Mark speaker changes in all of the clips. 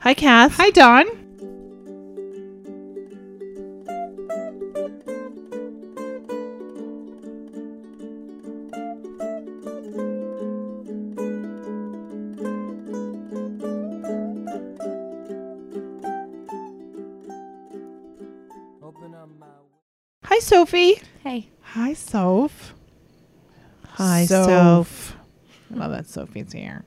Speaker 1: Hi, Kath.
Speaker 2: Hi, Dawn.
Speaker 1: Hi, Sophie.
Speaker 3: Hey.
Speaker 2: Hi, Soph.
Speaker 1: Hi,
Speaker 2: Soph. I love that Sophie's here.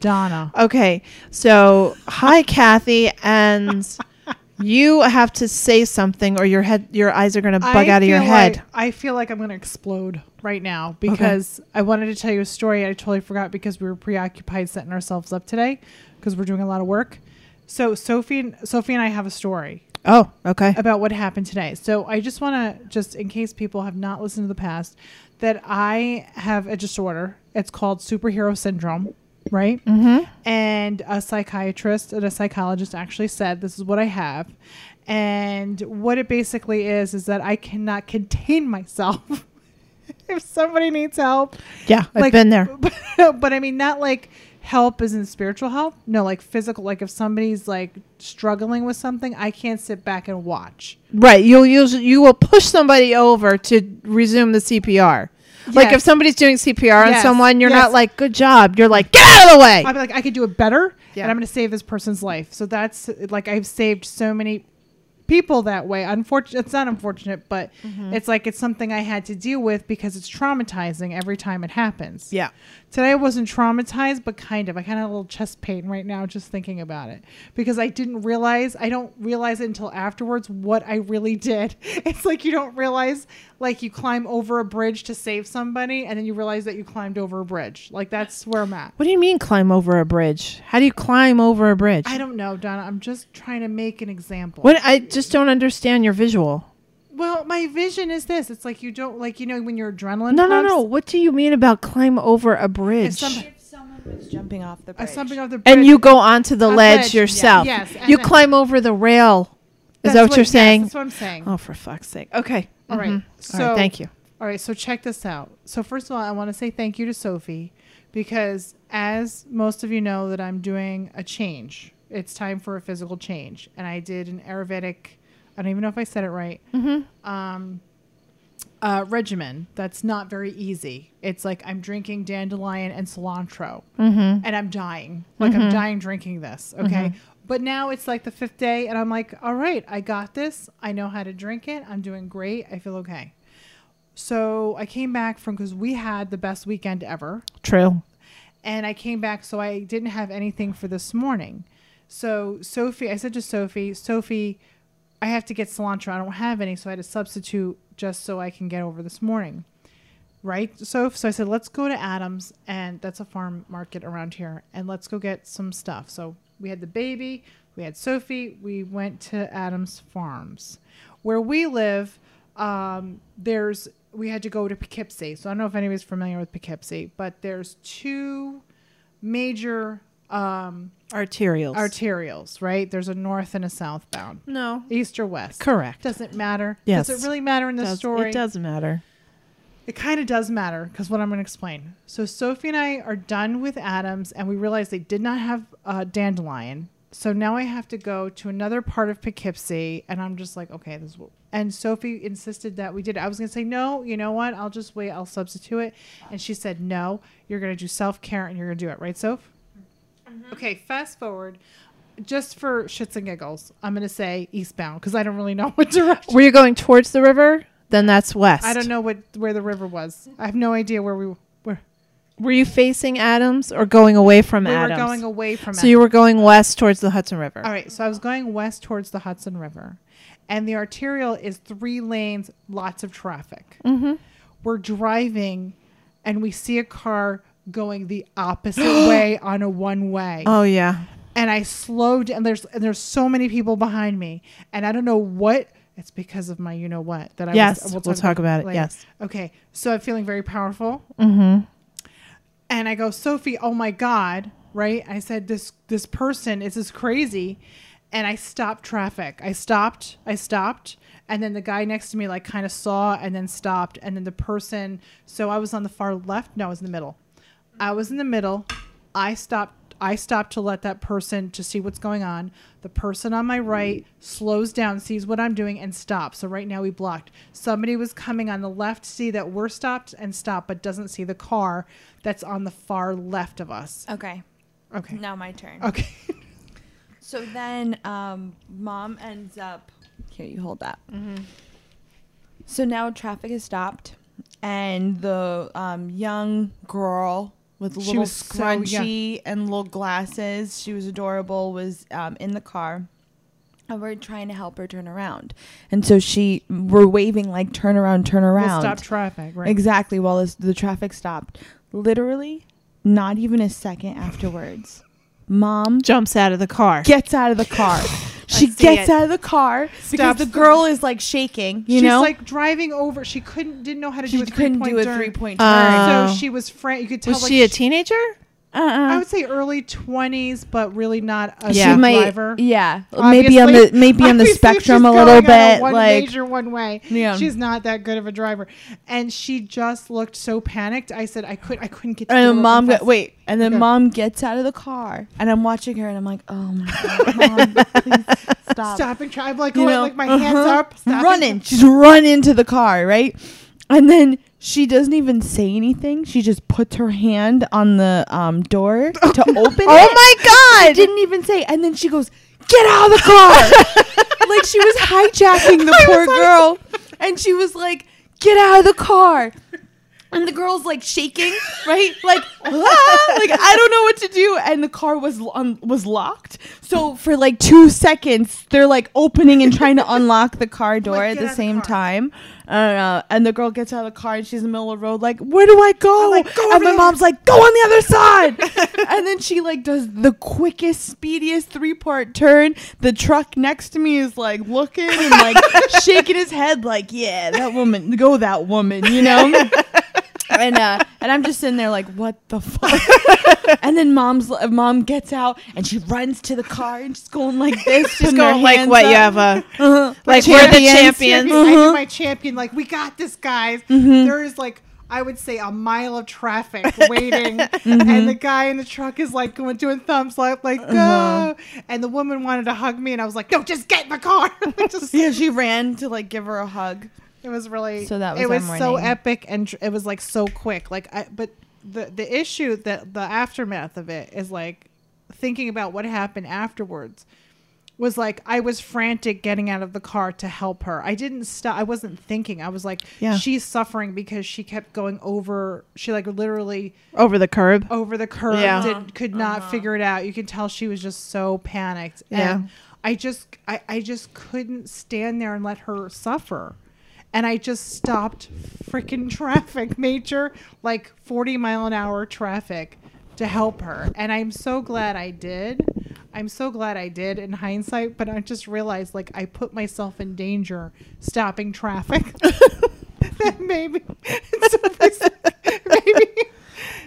Speaker 2: Donna.
Speaker 1: Okay, so hi, Kathy, and you have to say something, or your head, your eyes are going to bug
Speaker 2: I
Speaker 1: out of your
Speaker 2: feel
Speaker 1: head.
Speaker 2: like- I feel like I'm going to explode right now because I wanted to tell you a story. I totally forgot because we were preoccupied setting ourselves up today because we're doing a lot of work. So Sophie and Sophie and I have a story
Speaker 1: oh, okay.
Speaker 2: about what happened today. So I just want to just in case people have not listened to the past that I have a disorder. It's called superhero syndrome, right?
Speaker 1: Mm-hmm.
Speaker 2: and a psychiatrist and a psychologist actually said this is what i have and what it basically is is that i cannot contain myself if somebody needs help
Speaker 1: Yeah, I've been there.
Speaker 2: but, but i mean not like help is in spiritual help no like physical like if somebody's like struggling with something i can't sit back and watch
Speaker 1: Right, you'll use you will push somebody over to resume the CPR. Like
Speaker 2: Yes.
Speaker 1: if somebody's doing CPR on
Speaker 2: Yes,
Speaker 1: someone, you're not
Speaker 2: yes.
Speaker 1: like "good job." You're like "get out of the way."
Speaker 2: I'd be like, I could do it better,
Speaker 1: Yeah.
Speaker 2: and I'm going to save this person's life. So that's like I've saved so many people that way. Unfortunate, it's not unfortunate, but
Speaker 1: Mm-hmm.
Speaker 2: it's like it's something I had to deal with because it's traumatizing every time it happens.
Speaker 1: yeah,
Speaker 2: Today I wasn't traumatized, but kind of. I kind of have a little chest pain right now just thinking about it because I didn't realize. I don't realize it until afterwards what I really did. It's like you don't realize, like you climb over a bridge to save somebody, and then you realize that you climbed over a bridge. Like that's where I'm at.
Speaker 1: What do you mean climb over a bridge? How do you climb over a bridge?
Speaker 2: I don't know, Donna. I'm just trying to make an example.
Speaker 1: What I just don't understand your visual.
Speaker 2: Well, my vision is this. It's like you don't like you know when your adrenaline.
Speaker 1: No, no,
Speaker 2: pumps,
Speaker 1: no. What do you mean about climb over a bridge?
Speaker 2: If some-
Speaker 3: If someone was jumping off the
Speaker 2: uh,
Speaker 3: bridge.
Speaker 2: something of the bridge.
Speaker 1: and you go onto the
Speaker 2: A
Speaker 1: ledge,
Speaker 2: ledge, yeah.
Speaker 1: yourself.
Speaker 2: Yes, and
Speaker 1: you
Speaker 2: then-
Speaker 1: climb over the rail. Is
Speaker 2: That's
Speaker 1: that what, you're
Speaker 2: yes,
Speaker 1: saying?
Speaker 2: that's what I'm saying.
Speaker 1: oh, for fuck's sake. Okay.
Speaker 2: All right.
Speaker 1: Mhm. All right,
Speaker 2: So
Speaker 1: thank you.
Speaker 2: All right, so check this out. So first of all, I want to say thank you to Sophie because as most of you know that I'm doing a change. It's time for a physical change. And I did an Ayurvedic I don't even know if I said it right.
Speaker 1: Mm-hmm.
Speaker 2: Um uh, regimen that's not very easy. It's like I'm drinking dandelion and cilantro
Speaker 1: Mm-hmm.
Speaker 2: and I'm dying. Like I'm dying drinking this. Okay. But now it's like the fifth day and I'm like, all right, I got this. I know how to drink it. I'm doing great. I feel okay. So I came back from because we had the best weekend ever.
Speaker 1: True.
Speaker 2: And I came back, so I didn't have anything for this morning. So Sophie, I said to Sophie, Sophie, I have to get cilantro. I don't have any, so I had to substitute just so I can get over this morning. Right, Soph? So I said, let's go to Adams, and that's a farm market around here, and let's go get some stuff. So we had the baby, we had Sophie, we went to Adams Farms. Where we live, um, there's we had to go to Poughkeepsie. So I don't know if anybody's familiar with Poughkeepsie, but there's two major um,
Speaker 1: Arterials.
Speaker 2: arterials, right? There's a north and a southbound,
Speaker 1: no.
Speaker 2: east or west.
Speaker 1: Mm-hmm. Correct.
Speaker 2: Doesn't matter.
Speaker 1: Yes.
Speaker 2: Does it really matter in this
Speaker 1: Does-
Speaker 2: story?
Speaker 1: It doesn't matter.
Speaker 2: It kind of does matter because what I'm going to explain. So Sophie and I are done with Adams, and we realized they did not have uh, dandelion. So now I have to go to another part of Poughkeepsie, and I'm just like, okay, this. Will... And Sophie insisted that we did. it. I was going to say no. You know what? I'll just wait. I'll substitute it. And she said no. You're going to do self care, and you're going to do it, right, Soph? Okay. Fast forward. Just for shits and giggles, I'm going to say eastbound because I don't really know what direction.
Speaker 1: Were you going towards the river? Then that's west.
Speaker 2: I don't know what where the river was. I have no idea where we were.
Speaker 1: Were you facing Adams or going away from
Speaker 2: we
Speaker 1: Adams?
Speaker 2: were going away from
Speaker 1: so you were going west towards the Hudson River.
Speaker 2: all right so i was going west towards the hudson river and the arterial is three lanes lots of traffic
Speaker 1: Mm-hmm.
Speaker 2: we're driving and we see a car going the opposite way on a one way
Speaker 1: Oh yeah.
Speaker 2: and i slowed and there's and there's so many people behind me and i don't know what it's because of my you know what that i
Speaker 1: yes.
Speaker 2: was,
Speaker 1: we'll, talk about, it.
Speaker 2: later.
Speaker 1: Yes.
Speaker 2: okay so i'm feeling very powerful
Speaker 1: Mm-hmm.
Speaker 2: and I go, Sophie, oh my God, right? I said, this this person is this crazy, and I stopped traffic. I stopped, I stopped, and then the guy next to me like kind of saw and then stopped, and then the person. So I was on the far left. No, I was in the middle. I was in the middle. I stopped. I stop to let that person to see what's going on. The person on my right slows down, sees what I'm doing, and stops. So right now we blocked. Somebody was coming on the left, see that we're stopped and stop, but doesn't see the car that's on the far left of us.
Speaker 3: Okay.
Speaker 2: Okay.
Speaker 3: Now my turn.
Speaker 2: Okay.
Speaker 3: So then um, mom ends up. Here, you hold that. So now traffic is stopped, and the um, young girl with
Speaker 2: She
Speaker 3: little
Speaker 2: was so young.
Speaker 3: scrunchie and little glasses, she was adorable, was um, in the car. And we're trying to help her turn around. And so she, we're waving like, turn around, turn around.
Speaker 2: We'll stop traffic. Right.
Speaker 3: Exactly, while this, the traffic stopped. Literally, not even a second afterwards. Mom
Speaker 1: Jumps out of the car.
Speaker 3: gets out of the car. She
Speaker 1: see
Speaker 3: gets
Speaker 1: it.
Speaker 3: out of the car because
Speaker 2: Stops
Speaker 3: the
Speaker 2: the-
Speaker 3: girl is like shaking, you
Speaker 2: She's
Speaker 3: know?
Speaker 2: like driving over. She couldn't, didn't know how to
Speaker 3: she
Speaker 2: do a
Speaker 3: couldn't
Speaker 2: three-point
Speaker 3: do a
Speaker 2: turn.
Speaker 3: three point
Speaker 1: Uh,
Speaker 3: turn.
Speaker 1: Oh.
Speaker 2: So she was frank. You could tell.
Speaker 1: Was
Speaker 2: like,
Speaker 1: she a teenager?
Speaker 3: Uh uh
Speaker 2: I would say early twenties, but really not a
Speaker 1: She
Speaker 2: yeah.
Speaker 3: She might,
Speaker 2: driver.
Speaker 3: yeah, maybe
Speaker 2: Obviously-
Speaker 3: on the maybe on the
Speaker 2: obviously
Speaker 3: spectrum a
Speaker 2: she's
Speaker 3: little
Speaker 2: going on a
Speaker 3: bit,
Speaker 2: one
Speaker 3: like
Speaker 2: major one way.
Speaker 3: Yeah.
Speaker 2: she's not that good of a driver, and she just looked so panicked. I said, I could, I couldn't get.
Speaker 3: And then
Speaker 2: the
Speaker 3: mom got wait, and then
Speaker 2: Okay.
Speaker 3: mom gets out of the car, and I'm watching her, and I'm like, oh my god, mom, please stop.
Speaker 2: Stop and try. I'm like,
Speaker 3: You
Speaker 2: oh,
Speaker 3: know,
Speaker 2: like my hands
Speaker 3: uh-huh.
Speaker 2: up, stop and-
Speaker 3: running. She's running to the car, right? And then she doesn't even say anything. She just puts her hand on the um, door to
Speaker 2: Oh
Speaker 3: open it.
Speaker 1: my
Speaker 3: She didn't even say. And then she goes, "Get out of the car!" like she was hijacking the poor girl, and she was like, "Get out of the car!" And the girl's like shaking, right? Like, ah, like I don't know what to do. And the car was lo- un- was locked. So for like two seconds, they're like opening and trying to unlock the car door
Speaker 2: Like,
Speaker 3: at the
Speaker 2: get out of the
Speaker 3: same
Speaker 2: car.
Speaker 3: time. Uh, and the girl gets out of the car and she's in the middle of the road, like, where do I go?
Speaker 2: like, "Go
Speaker 3: and
Speaker 2: over
Speaker 3: my
Speaker 2: there."
Speaker 3: mom's like, go on the other side. and then she like does the quickest, speediest three part turn. The truck next to me is like looking and like shaking his head, like, yeah, that woman, go that woman, you know? and uh, and I'm just sitting there like, what the fuck? and then mom's uh, mom gets out and she runs to the car and she's going like this.
Speaker 1: She's
Speaker 3: putting her
Speaker 1: going like
Speaker 3: hands
Speaker 1: what you
Speaker 3: up.
Speaker 1: have a
Speaker 3: Uh-huh.
Speaker 1: like we're the
Speaker 2: champion.
Speaker 1: champions.
Speaker 2: I do
Speaker 3: Mm-hmm.
Speaker 2: my champion. Like we got this, guys. There is like I would say a mile of traffic waiting, and
Speaker 3: Mm-hmm.
Speaker 2: the guy in the truck is like going doing thumbs up, like go.
Speaker 3: Uh-huh.
Speaker 2: And the woman wanted to hug me, and I was like, no, just get in the car. Just-
Speaker 3: Yeah, she ran to like give her a hug.
Speaker 2: It was really
Speaker 3: So that was
Speaker 2: it
Speaker 3: our
Speaker 2: was so
Speaker 3: morning.
Speaker 2: epic and tr- it was like so quick. Like I but the the issue that the aftermath of it is like thinking about what happened afterwards was like I was frantic getting out of the car to help her. I didn't stop. I wasn't thinking. I was like
Speaker 1: Yeah.
Speaker 2: she's suffering because she kept going over she like literally
Speaker 1: over the curb.
Speaker 2: over the curb
Speaker 1: Yeah.
Speaker 2: did, could not figure it out you could tell she was just so panicked
Speaker 1: Yeah.
Speaker 2: and i just I, I just couldn't stand there and let her suffer and i just stopped freaking traffic major like 40 mile an hour traffic to help her and i'm so glad i did i'm so glad i did in hindsight but i just realized like i put myself in danger stopping traffic that maybe maybe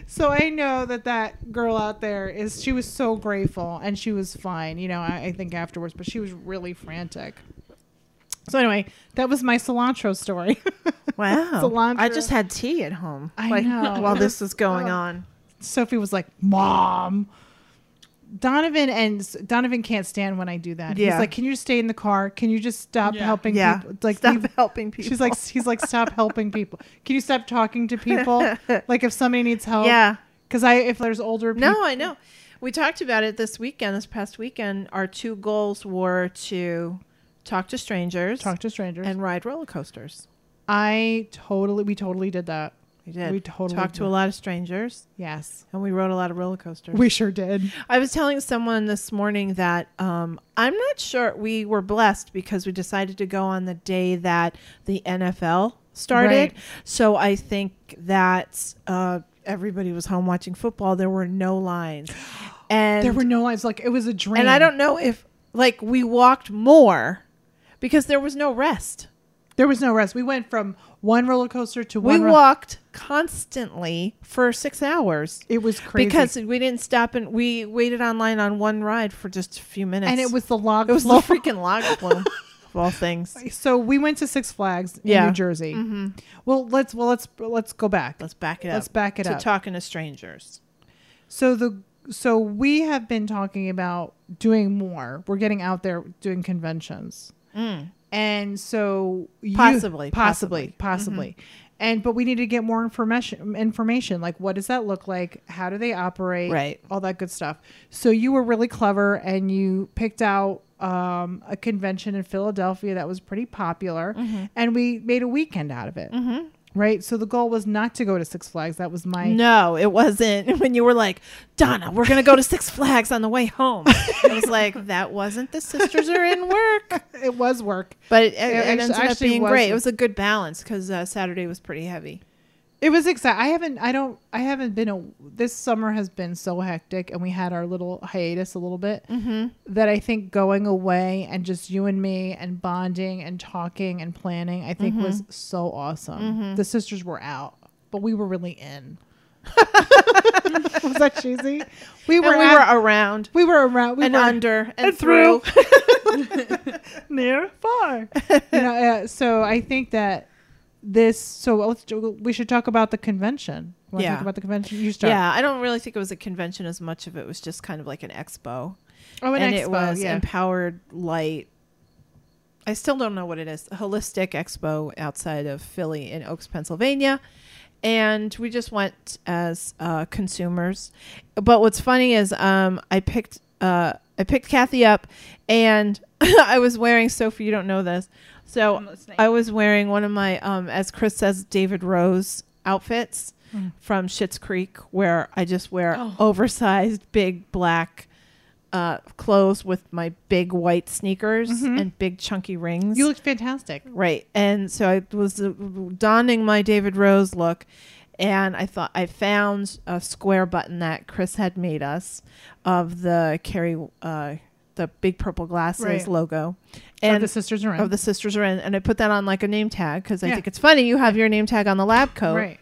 Speaker 2: so I know that that girl out there is she was so grateful and she was fine, you know, I, I think afterwards, but she was really frantic. So anyway, that was my cilantro story. Oh.
Speaker 1: Wow.
Speaker 2: Cilantro.
Speaker 1: I just had tea at home.
Speaker 2: I
Speaker 1: like,
Speaker 2: know.
Speaker 1: While this was going
Speaker 2: Oh.
Speaker 1: on.
Speaker 2: Sophie was like, "Mom." Donovan and Donovan can't stand when I do that. He's
Speaker 1: Yeah.
Speaker 2: like, "Can you stay in the car? Can you just stop
Speaker 3: Yeah.
Speaker 2: helping
Speaker 1: Yeah.
Speaker 2: people?" Like
Speaker 1: Stop
Speaker 2: leave-
Speaker 1: helping people.
Speaker 2: She's like, he's like, stop helping people. Can you stop talking to people? like if somebody needs help,
Speaker 1: yeah.
Speaker 2: Because I, if there's older people,
Speaker 1: No, I know. We talked about it this weekend, this past weekend. Our two goals were to talk to strangers
Speaker 2: talk to strangers.
Speaker 1: and ride roller coasters.
Speaker 2: I totally, we totally did that.
Speaker 1: We did.
Speaker 2: We totally
Speaker 1: talked to
Speaker 2: did.
Speaker 1: a lot of strangers
Speaker 2: Yes,
Speaker 1: and we rode a lot of roller coasters.
Speaker 2: we sure did.
Speaker 1: I was telling someone this morning that um, I'm not sure we were blessed because we decided to go on the day that the NFL started.
Speaker 2: Right.
Speaker 1: So I think that uh, everybody was home watching football. There were no lines, and
Speaker 2: There were no lines. Like it was a dream.
Speaker 1: and I don't know if like we walked more because there was no rest.
Speaker 2: There was no rest. We went from one roller coaster to
Speaker 1: We
Speaker 2: one. ro-
Speaker 1: walked constantly for six hours.
Speaker 2: It was crazy
Speaker 1: Because we didn't stop and we waited online on one ride for just a few minutes.
Speaker 2: and it was the log.
Speaker 1: It was the
Speaker 2: floor.
Speaker 1: freaking log flume of all things.
Speaker 2: So we went to Six Flags in
Speaker 1: Yeah.
Speaker 2: New Jersey. Well, let's well let's let's go back.
Speaker 1: Let's back it up.
Speaker 2: Let's back it
Speaker 1: to
Speaker 2: up.
Speaker 1: talking to strangers.
Speaker 2: So the so we have been talking about doing more. We're getting out there doing conventions. And so you,
Speaker 1: Possibly,
Speaker 2: possibly, possibly. And but we need to get more information information like what does that look like? How do they operate?
Speaker 3: Right.
Speaker 2: All that good stuff. So you were really clever and you picked out um, a convention in Philadelphia that was pretty popular and we made a weekend out of it. Right? So the goal was not to go to Six Flags. That was my
Speaker 1: No, it wasn't. When you were like, Donna, we're gonna go to Six Flags on the way home. I was like, that wasn't the sisters are in work,
Speaker 2: it was work.
Speaker 1: but it, it,
Speaker 2: actu-
Speaker 1: ended up
Speaker 2: actually
Speaker 1: being great.
Speaker 2: wasn't.
Speaker 1: It was a good balance because uh, Saturday was pretty heavy.
Speaker 2: It was exciting. I haven't. I don't. I haven't been a. This summer has been so hectic, and we had our little hiatus a little bit. Mm-hmm. That I think going away and just you and me and bonding and talking and planning, I think was
Speaker 1: Mm-hmm.
Speaker 2: so awesome. The sisters were out, but we were really in. was that cheesy?
Speaker 1: We
Speaker 2: We were.
Speaker 1: were, we
Speaker 2: at-
Speaker 1: were around
Speaker 2: we were around. We
Speaker 1: and
Speaker 2: were
Speaker 1: under and,
Speaker 2: and
Speaker 1: through.
Speaker 2: through. near far you know uh, so i think that this so let's do- we should talk about the convention want to
Speaker 1: Yeah.
Speaker 2: talk about the convention you start
Speaker 1: yeah, I don't really think it was a convention as much of it was just kind of like an expo.
Speaker 2: oh an
Speaker 1: and
Speaker 2: expo
Speaker 1: it was
Speaker 2: yeah
Speaker 1: empowered light. I still don't know what it is. A holistic expo outside of Philly in Oaks, Pennsylvania, and we just went as uh, consumers. But what's funny is um, I picked uh, I picked Kathy up, and I was wearing Sophie. You don't know this, so
Speaker 3: I'm listening.
Speaker 1: I was wearing one of my, um, as Chris says, David Rose outfits from Schitt's Creek, where I just wear
Speaker 3: Hmm. Oh.
Speaker 1: oversized, big black uh, clothes with my big white sneakers
Speaker 3: Mm-hmm.
Speaker 2: Mhm.
Speaker 1: and big chunky rings.
Speaker 2: you looked fantastic
Speaker 1: right. And so I was uh, donning my David Rose look. And I thought I found a square button that Chris had made us of the Carrie, uh, the big purple glasses
Speaker 2: Right.
Speaker 1: logo,
Speaker 2: and the sisters are in
Speaker 1: of the sisters are in and i put that on like a name tag because i
Speaker 2: Yeah.
Speaker 1: think it's funny you have your name tag on the lab coat
Speaker 2: right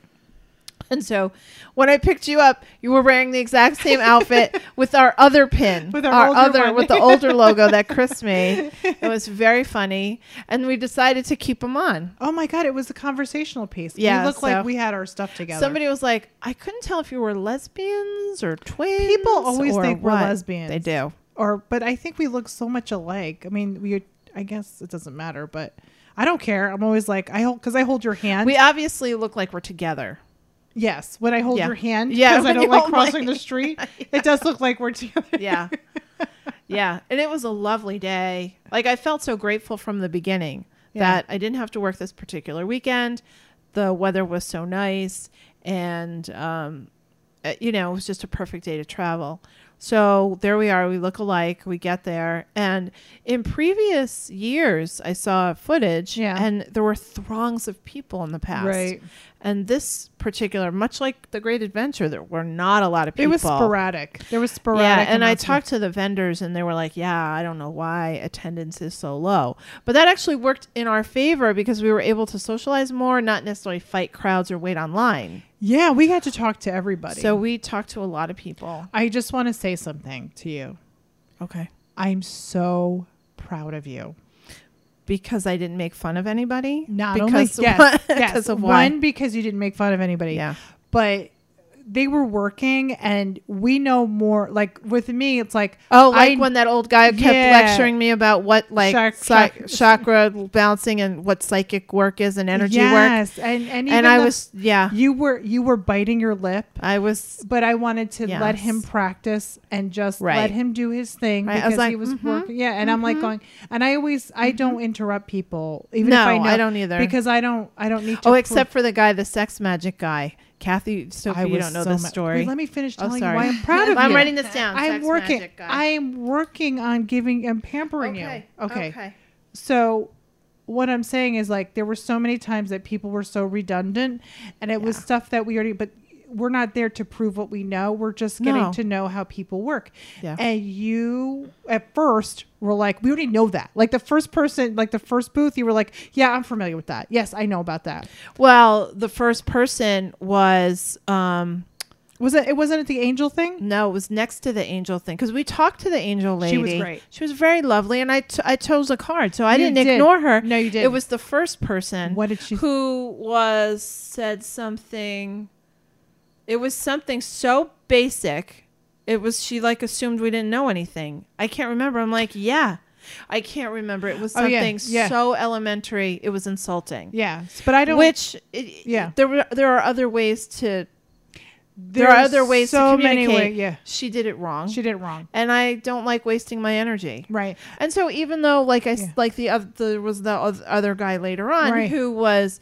Speaker 1: and so when i picked you up you were wearing the exact same outfit with our other pin
Speaker 2: With our older
Speaker 1: other
Speaker 2: one.
Speaker 1: with the older logo that chris made it was very funny and we decided to keep them on
Speaker 2: oh my god it was a conversational piece
Speaker 1: Yeah,
Speaker 2: we looked
Speaker 1: so-
Speaker 2: like we had our stuff together
Speaker 1: Somebody was like, I couldn't tell if you were lesbians or twins.
Speaker 2: People always
Speaker 1: or
Speaker 2: think we're
Speaker 1: what."
Speaker 2: lesbians.
Speaker 1: They do.
Speaker 2: or but i think we look so much alike i mean we i guess it doesn't matter but i don't care i'm always like i hold because i hold your hand
Speaker 1: We obviously look like we're together.
Speaker 2: Yes, when I hold
Speaker 1: Yeah.
Speaker 2: your hand,
Speaker 1: Yeah,
Speaker 2: because I
Speaker 1: when
Speaker 2: don't
Speaker 1: you
Speaker 2: like
Speaker 1: hold
Speaker 2: crossing
Speaker 1: my-
Speaker 2: the street, it does look like we're together.
Speaker 1: yeah yeah and it was a lovely day like i felt so grateful from the beginning
Speaker 2: Yeah.
Speaker 1: that i didn't have to work this particular weekend the weather was so nice and um uh, you know it was just a perfect day to travel so there we are we look alike we get there and in previous years i saw footage
Speaker 2: Yeah.
Speaker 1: and there were throngs of people in the past
Speaker 2: Right.
Speaker 1: and this particular much like the great adventure there were not a lot of people
Speaker 2: It was sporadic. There was sporadic.
Speaker 1: yeah, and I
Speaker 2: announcements.
Speaker 1: talked to the vendors, and they were like, "Yeah, I don't know why attendance is so low," but that actually worked in our favor because we were able to socialize more, not necessarily fight crowds or wait online.
Speaker 2: Yeah, we got to talk to everybody.
Speaker 1: So
Speaker 2: So
Speaker 1: we talked to a lot of people.
Speaker 2: I just want to say something to you.
Speaker 1: Okay,
Speaker 2: I'm so proud of you.
Speaker 1: because I didn't make fun of anybody.
Speaker 2: Not
Speaker 1: because
Speaker 2: only yes,
Speaker 1: because
Speaker 2: yes,
Speaker 1: of
Speaker 2: one
Speaker 1: one.
Speaker 2: because you didn't make fun of anybody.
Speaker 1: Yeah.
Speaker 2: but they were working, and we know more. Like with me, it's like
Speaker 1: Oh, like
Speaker 2: I-
Speaker 1: when that old guy kept
Speaker 2: Yeah.
Speaker 1: lecturing me about what like
Speaker 2: Chak-
Speaker 1: psy-
Speaker 2: chak-
Speaker 1: chakra bouncing and what psychic work is and energy work,
Speaker 2: yes, and and, even
Speaker 1: and I
Speaker 2: the-
Speaker 1: was yeah,
Speaker 2: you were you were biting your lip.
Speaker 1: I was
Speaker 2: but I wanted to let
Speaker 1: Yes.
Speaker 2: him practice and just
Speaker 1: Right.
Speaker 2: let him do his thing
Speaker 1: Right. I
Speaker 2: because
Speaker 1: was like,
Speaker 2: he was
Speaker 1: mhm,
Speaker 2: working. Yeah, and I'm like going, and I always I don't interrupt people even
Speaker 1: No,
Speaker 2: if I know
Speaker 1: I don't either.
Speaker 2: because I don't I don't need to.
Speaker 1: Oh,
Speaker 2: pro-
Speaker 1: except for the guy, the sex magic guy, Kathy. Sophie,
Speaker 2: I
Speaker 1: you
Speaker 2: was
Speaker 1: don't know
Speaker 2: so
Speaker 1: this
Speaker 2: ma-
Speaker 1: story.
Speaker 2: Wait, let me finish
Speaker 1: oh,
Speaker 2: telling you
Speaker 1: sorry.
Speaker 2: why I'm proud of you.
Speaker 1: I'm writing this down.
Speaker 2: I'm
Speaker 1: sex
Speaker 2: working.
Speaker 1: magic guy.
Speaker 2: I'm working on giving and pampering you. Okay. So what I'm saying is like there were so many times that people were so redundant and it was
Speaker 1: Yeah.
Speaker 2: stuff that we already but we're not there to prove what we know. We're just getting
Speaker 1: No.
Speaker 2: to know how people work.
Speaker 1: Yeah.
Speaker 2: And you at first were like, we already know that. Like the first person, like the first booth, you were like, yeah, I'm familiar with that. Yes, I know about that.
Speaker 1: Well, the first person was um
Speaker 2: Was it it wasn't it the angel thing?
Speaker 1: no, it was next to the angel thing because we talked to the angel lady.
Speaker 2: She was great.
Speaker 1: She was very lovely, and I, t- I chose a card, so I
Speaker 2: You
Speaker 1: didn't
Speaker 2: did.
Speaker 1: ignore her.
Speaker 2: No, you
Speaker 1: It
Speaker 2: didn't.
Speaker 1: was the first person.
Speaker 2: What did she-
Speaker 1: Who was said something? It was something so basic. It was she like assumed we didn't know anything. I can't remember. I'm like, yeah. I can't remember. It was
Speaker 2: Oh, yeah,
Speaker 1: something
Speaker 2: yeah.
Speaker 1: so elementary. It was insulting.
Speaker 2: Yeah, but I don't.
Speaker 1: Which it,
Speaker 2: Yeah.
Speaker 1: there were there are other ways to there are other ways to communicate.
Speaker 2: way- yeah,
Speaker 1: She did it wrong.
Speaker 2: she did it wrong.
Speaker 1: and I don't like wasting my energy.
Speaker 2: Right.
Speaker 1: And so even though like I s-
Speaker 2: Yeah.
Speaker 1: like the oth- there was the oth- other guy later on
Speaker 2: Right.
Speaker 1: who was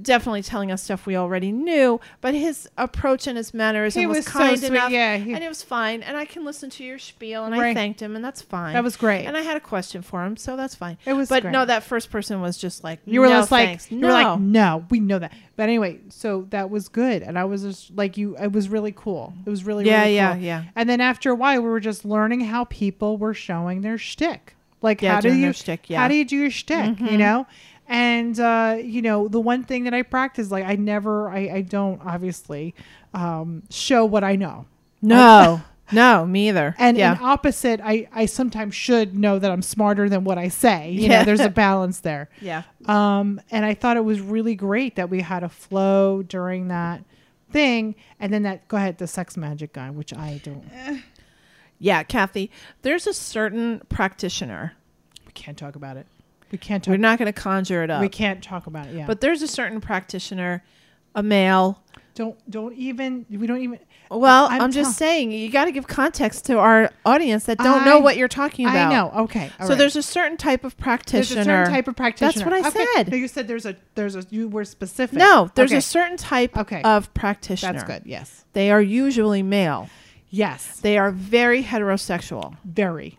Speaker 1: definitely telling us stuff we already knew, but his approach and his mannerism
Speaker 2: He
Speaker 1: was,
Speaker 2: was so
Speaker 1: kind
Speaker 2: sweet,
Speaker 1: enough
Speaker 2: yeah, he-
Speaker 1: and it was fine and I can listen to your spiel and I
Speaker 2: Right.
Speaker 1: thanked him and that's fine.
Speaker 2: That was great.
Speaker 1: and I had a question for him, so that's fine.
Speaker 2: It was
Speaker 1: But
Speaker 2: great.
Speaker 1: no, that first person was just like
Speaker 2: You were
Speaker 1: "No,
Speaker 2: just like,
Speaker 1: thanks.
Speaker 2: you
Speaker 1: no.
Speaker 2: were like, no, we know that. But anyway, so that was good, and I was just like, you, it was really cool. It was really,
Speaker 1: yeah,
Speaker 2: really
Speaker 1: yeah,
Speaker 2: cool.
Speaker 1: yeah.
Speaker 2: And then after a while, we were just learning how people were showing their shtick. Like,
Speaker 1: Yeah,
Speaker 2: how do
Speaker 1: doing their
Speaker 2: you
Speaker 1: shtick,
Speaker 2: How
Speaker 1: yeah. Mm-hmm.
Speaker 2: do you do your shtick? You know. And uh, you know the one thing that I practice, like I never, I, I don't obviously um, show what I know.
Speaker 1: No. no, me either.
Speaker 2: And
Speaker 1: yeah.
Speaker 2: in opposite, I, I sometimes should know that I'm smarter than what I say. You
Speaker 1: Yeah.
Speaker 2: know, there's a balance there.
Speaker 1: yeah.
Speaker 2: Um, and I thought it was really great that we had a flow during that thing. And then that, go ahead, the sex magic guy, which I don't,
Speaker 1: Yeah, Kathy, there's a certain practitioner.
Speaker 2: we can't talk about it. We can't
Speaker 1: We're
Speaker 2: talk.
Speaker 1: not going to conjure it up.
Speaker 2: We can't talk about it. Yeah. But
Speaker 1: But there's a certain practitioner, a male.
Speaker 2: don't, don't even, we don't even,
Speaker 1: Well, I'm,
Speaker 2: I'm
Speaker 1: just
Speaker 2: tough.
Speaker 1: saying, you got to give context to our audience that don't know
Speaker 2: I-
Speaker 1: what you're talking about.
Speaker 2: I know. Okay. all
Speaker 1: so
Speaker 2: right.
Speaker 1: there's a certain type of
Speaker 2: There's
Speaker 1: practitioner.
Speaker 2: a certain type of practitioner.
Speaker 1: what I
Speaker 2: Okay.
Speaker 1: said.
Speaker 2: No, you said there's a, there's a, you were specific.
Speaker 1: no, there's
Speaker 2: Okay.
Speaker 1: a certain type
Speaker 2: Okay.
Speaker 1: of practitioner.
Speaker 2: That's good. Yes.
Speaker 1: They are usually male.
Speaker 2: Yes.
Speaker 1: They are very heterosexual.
Speaker 2: Very.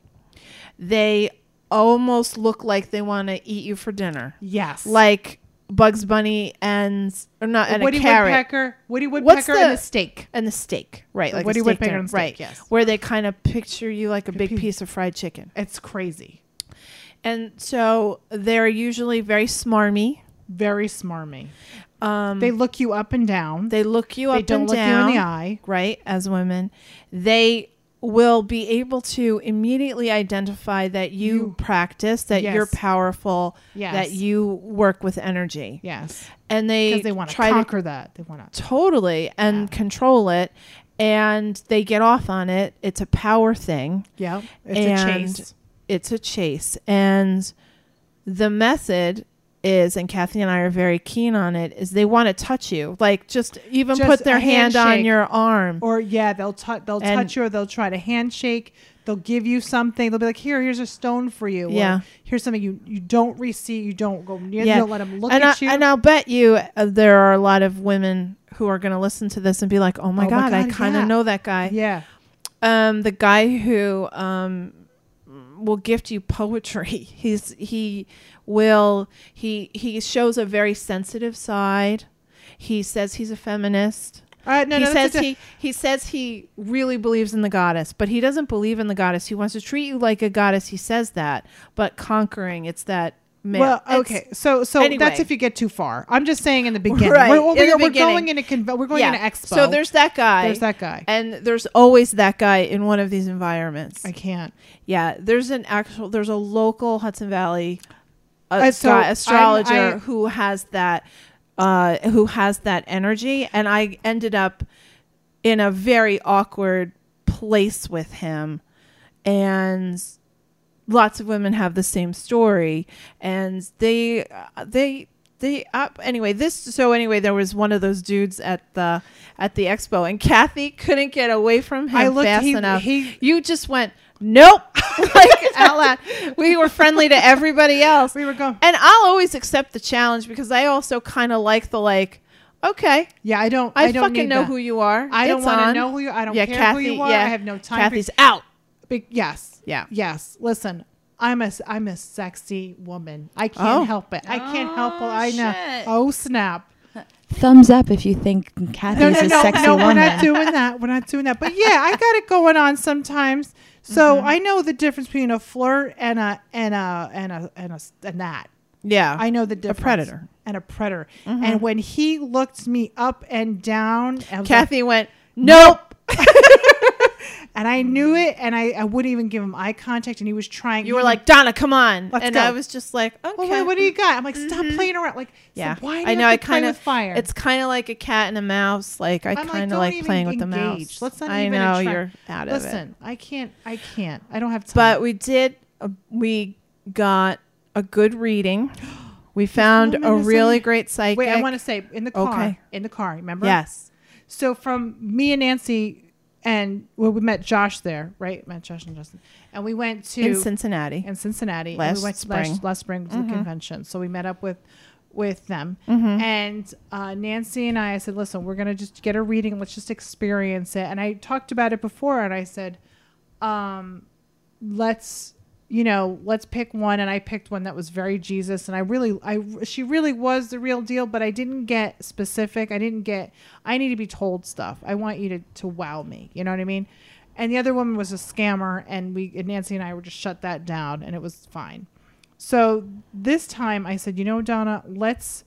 Speaker 1: They almost look like they want to eat you for dinner,
Speaker 2: Yes.
Speaker 1: like Bugs Bunny and or not and
Speaker 2: Woody
Speaker 1: a carrot.
Speaker 2: Woodpecker, Woody
Speaker 1: What's
Speaker 2: Woodpecker, and
Speaker 1: the-
Speaker 2: a steak.
Speaker 1: and the steak, right?
Speaker 2: The
Speaker 1: like
Speaker 2: Woody
Speaker 1: a steak
Speaker 2: Woodpecker
Speaker 1: dinner,
Speaker 2: and steak,
Speaker 1: right?
Speaker 2: yes.
Speaker 1: Where they kind of picture you like a big
Speaker 2: piece.
Speaker 1: piece of fried chicken,
Speaker 2: It's crazy.
Speaker 1: and so they're usually very smarmy.
Speaker 2: Very smarmy.
Speaker 1: Um,
Speaker 2: They look you up and down. They,
Speaker 1: they look you up
Speaker 2: don't
Speaker 1: and
Speaker 2: look
Speaker 1: down,
Speaker 2: you in the eye.
Speaker 1: right? As women, they will be able to immediately identify that you,
Speaker 2: You-
Speaker 1: practice, that you're
Speaker 2: Yes.
Speaker 1: powerful,
Speaker 2: Yes.
Speaker 1: that you work with energy,
Speaker 2: Yes,
Speaker 1: and they
Speaker 2: because they want to
Speaker 1: try to
Speaker 2: conquer that. They want to.
Speaker 1: totally and control it, and they get off on it. It's a power thing.
Speaker 2: Yeah, it's a
Speaker 1: And-
Speaker 2: chase.
Speaker 1: it's a chase and the method is and kathy and i are very keen on it is they want to touch you like just even
Speaker 2: Just
Speaker 1: put their
Speaker 2: a
Speaker 1: hand on
Speaker 2: handshake.
Speaker 1: your arm
Speaker 2: Or yeah, they'll touch. They'll
Speaker 1: And-
Speaker 2: touch you, or they'll try to handshake. They'll give you something. They'll be like, "Here, here's a stone for you." or,
Speaker 1: Yeah.
Speaker 2: here's something you you don't receive. You don't go near.
Speaker 1: Yeah.
Speaker 2: You don't let them look
Speaker 1: and,
Speaker 2: at
Speaker 1: I,
Speaker 2: you.
Speaker 1: and i'll bet you uh, there are a lot of women who are going to listen to this and be like oh my,
Speaker 2: Oh my
Speaker 1: god, i
Speaker 2: God,
Speaker 1: kind of
Speaker 2: yeah.
Speaker 1: know that guy
Speaker 2: yeah,
Speaker 1: um the guy who um will gift you poetry he's he will he he shows a very sensitive side he says he's a feminist
Speaker 2: uh, no,
Speaker 1: he
Speaker 2: no, that's
Speaker 1: says
Speaker 2: a-
Speaker 1: he he says he really believes in the goddess, but he doesn't believe in the goddess. He wants to treat you like a goddess. He says that, but conquering it's that man.
Speaker 2: Well, okay, so so
Speaker 1: anyway.
Speaker 2: that's if you get too far. I'm just saying in the beginning,
Speaker 1: Right,
Speaker 2: we're, we're,
Speaker 1: in the
Speaker 2: we're
Speaker 1: beginning.
Speaker 2: going in a conve- we're going in an expo.
Speaker 1: So there's that guy.
Speaker 2: there's that guy.
Speaker 1: and there's always that guy in one of these environments.
Speaker 2: I can't.
Speaker 1: yeah, there's an actual there's a local Hudson Valley
Speaker 2: Uh,
Speaker 1: astro-
Speaker 2: so I'm-
Speaker 1: astrologer
Speaker 2: I-
Speaker 1: who has that uh who has that energy and I ended up in a very awkward place with him and lots of women have the same story and they uh, they they up anyway this so anyway there was one of those dudes at the at the expo and Kathy couldn't get away from him
Speaker 2: I looked-
Speaker 1: fast
Speaker 2: he-
Speaker 1: enough
Speaker 2: he-
Speaker 1: you just went nope like out loud we were friendly to everybody else
Speaker 2: We were going.
Speaker 1: and I'll always accept the challenge because I also kind of like the like okay
Speaker 2: Yeah, I don't.
Speaker 1: I,
Speaker 2: I, don't
Speaker 1: fucking
Speaker 2: need
Speaker 1: know
Speaker 2: that.
Speaker 1: who you are
Speaker 2: I don't
Speaker 1: It's
Speaker 2: want
Speaker 1: on.
Speaker 2: to know who you. I don't
Speaker 1: yeah
Speaker 2: care
Speaker 1: Kathy
Speaker 2: who you are.
Speaker 1: yeah
Speaker 2: I have no time.
Speaker 1: Kathy's
Speaker 2: for
Speaker 1: out
Speaker 2: Be- yes.
Speaker 1: Yeah.
Speaker 2: Yes. Listen, I'm a s- I'm a sexy woman. I can't
Speaker 1: Oh.
Speaker 2: help it. I can't help it. I know.
Speaker 3: shit.
Speaker 2: Oh snap.
Speaker 3: Thumbs up if you think Kathy's
Speaker 2: No, no,
Speaker 3: a
Speaker 2: no,
Speaker 3: sexy
Speaker 2: no. We're
Speaker 3: woman.
Speaker 2: not doing that. We're not doing that. But yeah, I got it going on sometimes. So
Speaker 1: Mm-hmm.
Speaker 2: I know the difference between a flirt and a and a and a and a, s- and that.
Speaker 1: yeah
Speaker 2: I know the difference.
Speaker 1: predator. Mm-hmm.
Speaker 2: and a predator. And when he looked me up and down, I was like,
Speaker 1: Kathy went nope
Speaker 2: and I knew it, and I, I wouldn't even give him eye contact, and he was trying.
Speaker 1: You were like, Donna, come on.
Speaker 2: Let's
Speaker 1: and
Speaker 2: go.
Speaker 1: I was just like, okay. Mm-hmm.
Speaker 2: "Well, wait, what do you got?" I'm like, "Stop playing around!" Like,
Speaker 1: yeah,
Speaker 2: yeah, why? Do
Speaker 1: I
Speaker 2: you
Speaker 1: know.
Speaker 2: Have
Speaker 1: I
Speaker 2: to play
Speaker 1: kind of
Speaker 2: with fire.
Speaker 1: It's kind of like a cat and a mouse. Like I
Speaker 2: I'm like,
Speaker 1: kind of
Speaker 2: don't
Speaker 1: like,
Speaker 2: even
Speaker 1: playing with the
Speaker 2: engage.
Speaker 1: mouse.
Speaker 2: Let's not
Speaker 1: I
Speaker 2: even
Speaker 1: know
Speaker 2: attract-
Speaker 1: you're out of it.
Speaker 2: listen. I can't. I can't. I don't have time.
Speaker 1: But we did. Uh, we got a good reading. We found a
Speaker 2: woman is
Speaker 1: really
Speaker 2: a-
Speaker 1: great psychic.
Speaker 2: wait, I want to say in the car.
Speaker 1: Okay.
Speaker 2: In the car. Remember?
Speaker 1: Yes.
Speaker 2: So from me and Nancy, and well, we met Josh there, right? Met Josh and Justin, and we went to
Speaker 1: In Cincinnati.
Speaker 2: in Cincinnati. and
Speaker 1: Last
Speaker 2: we went to
Speaker 1: spring. Mm-hmm.
Speaker 2: Last, last spring to the convention. So we met up with with them. And uh, Nancy and I, I said, listen, we're going to just get a reading. Let's just experience it. And I talked about it before and I said, um, let's, you know, let's pick one. And I picked one that was very Jesus. And I really, I, she really was the real deal, but I didn't get specific. I didn't get, I need to be told stuff. I want you to, to wow me. You know what I mean? and the other woman was a scammer and we and nancy and i were just shut that down and it was fine so this time i said you know donna let's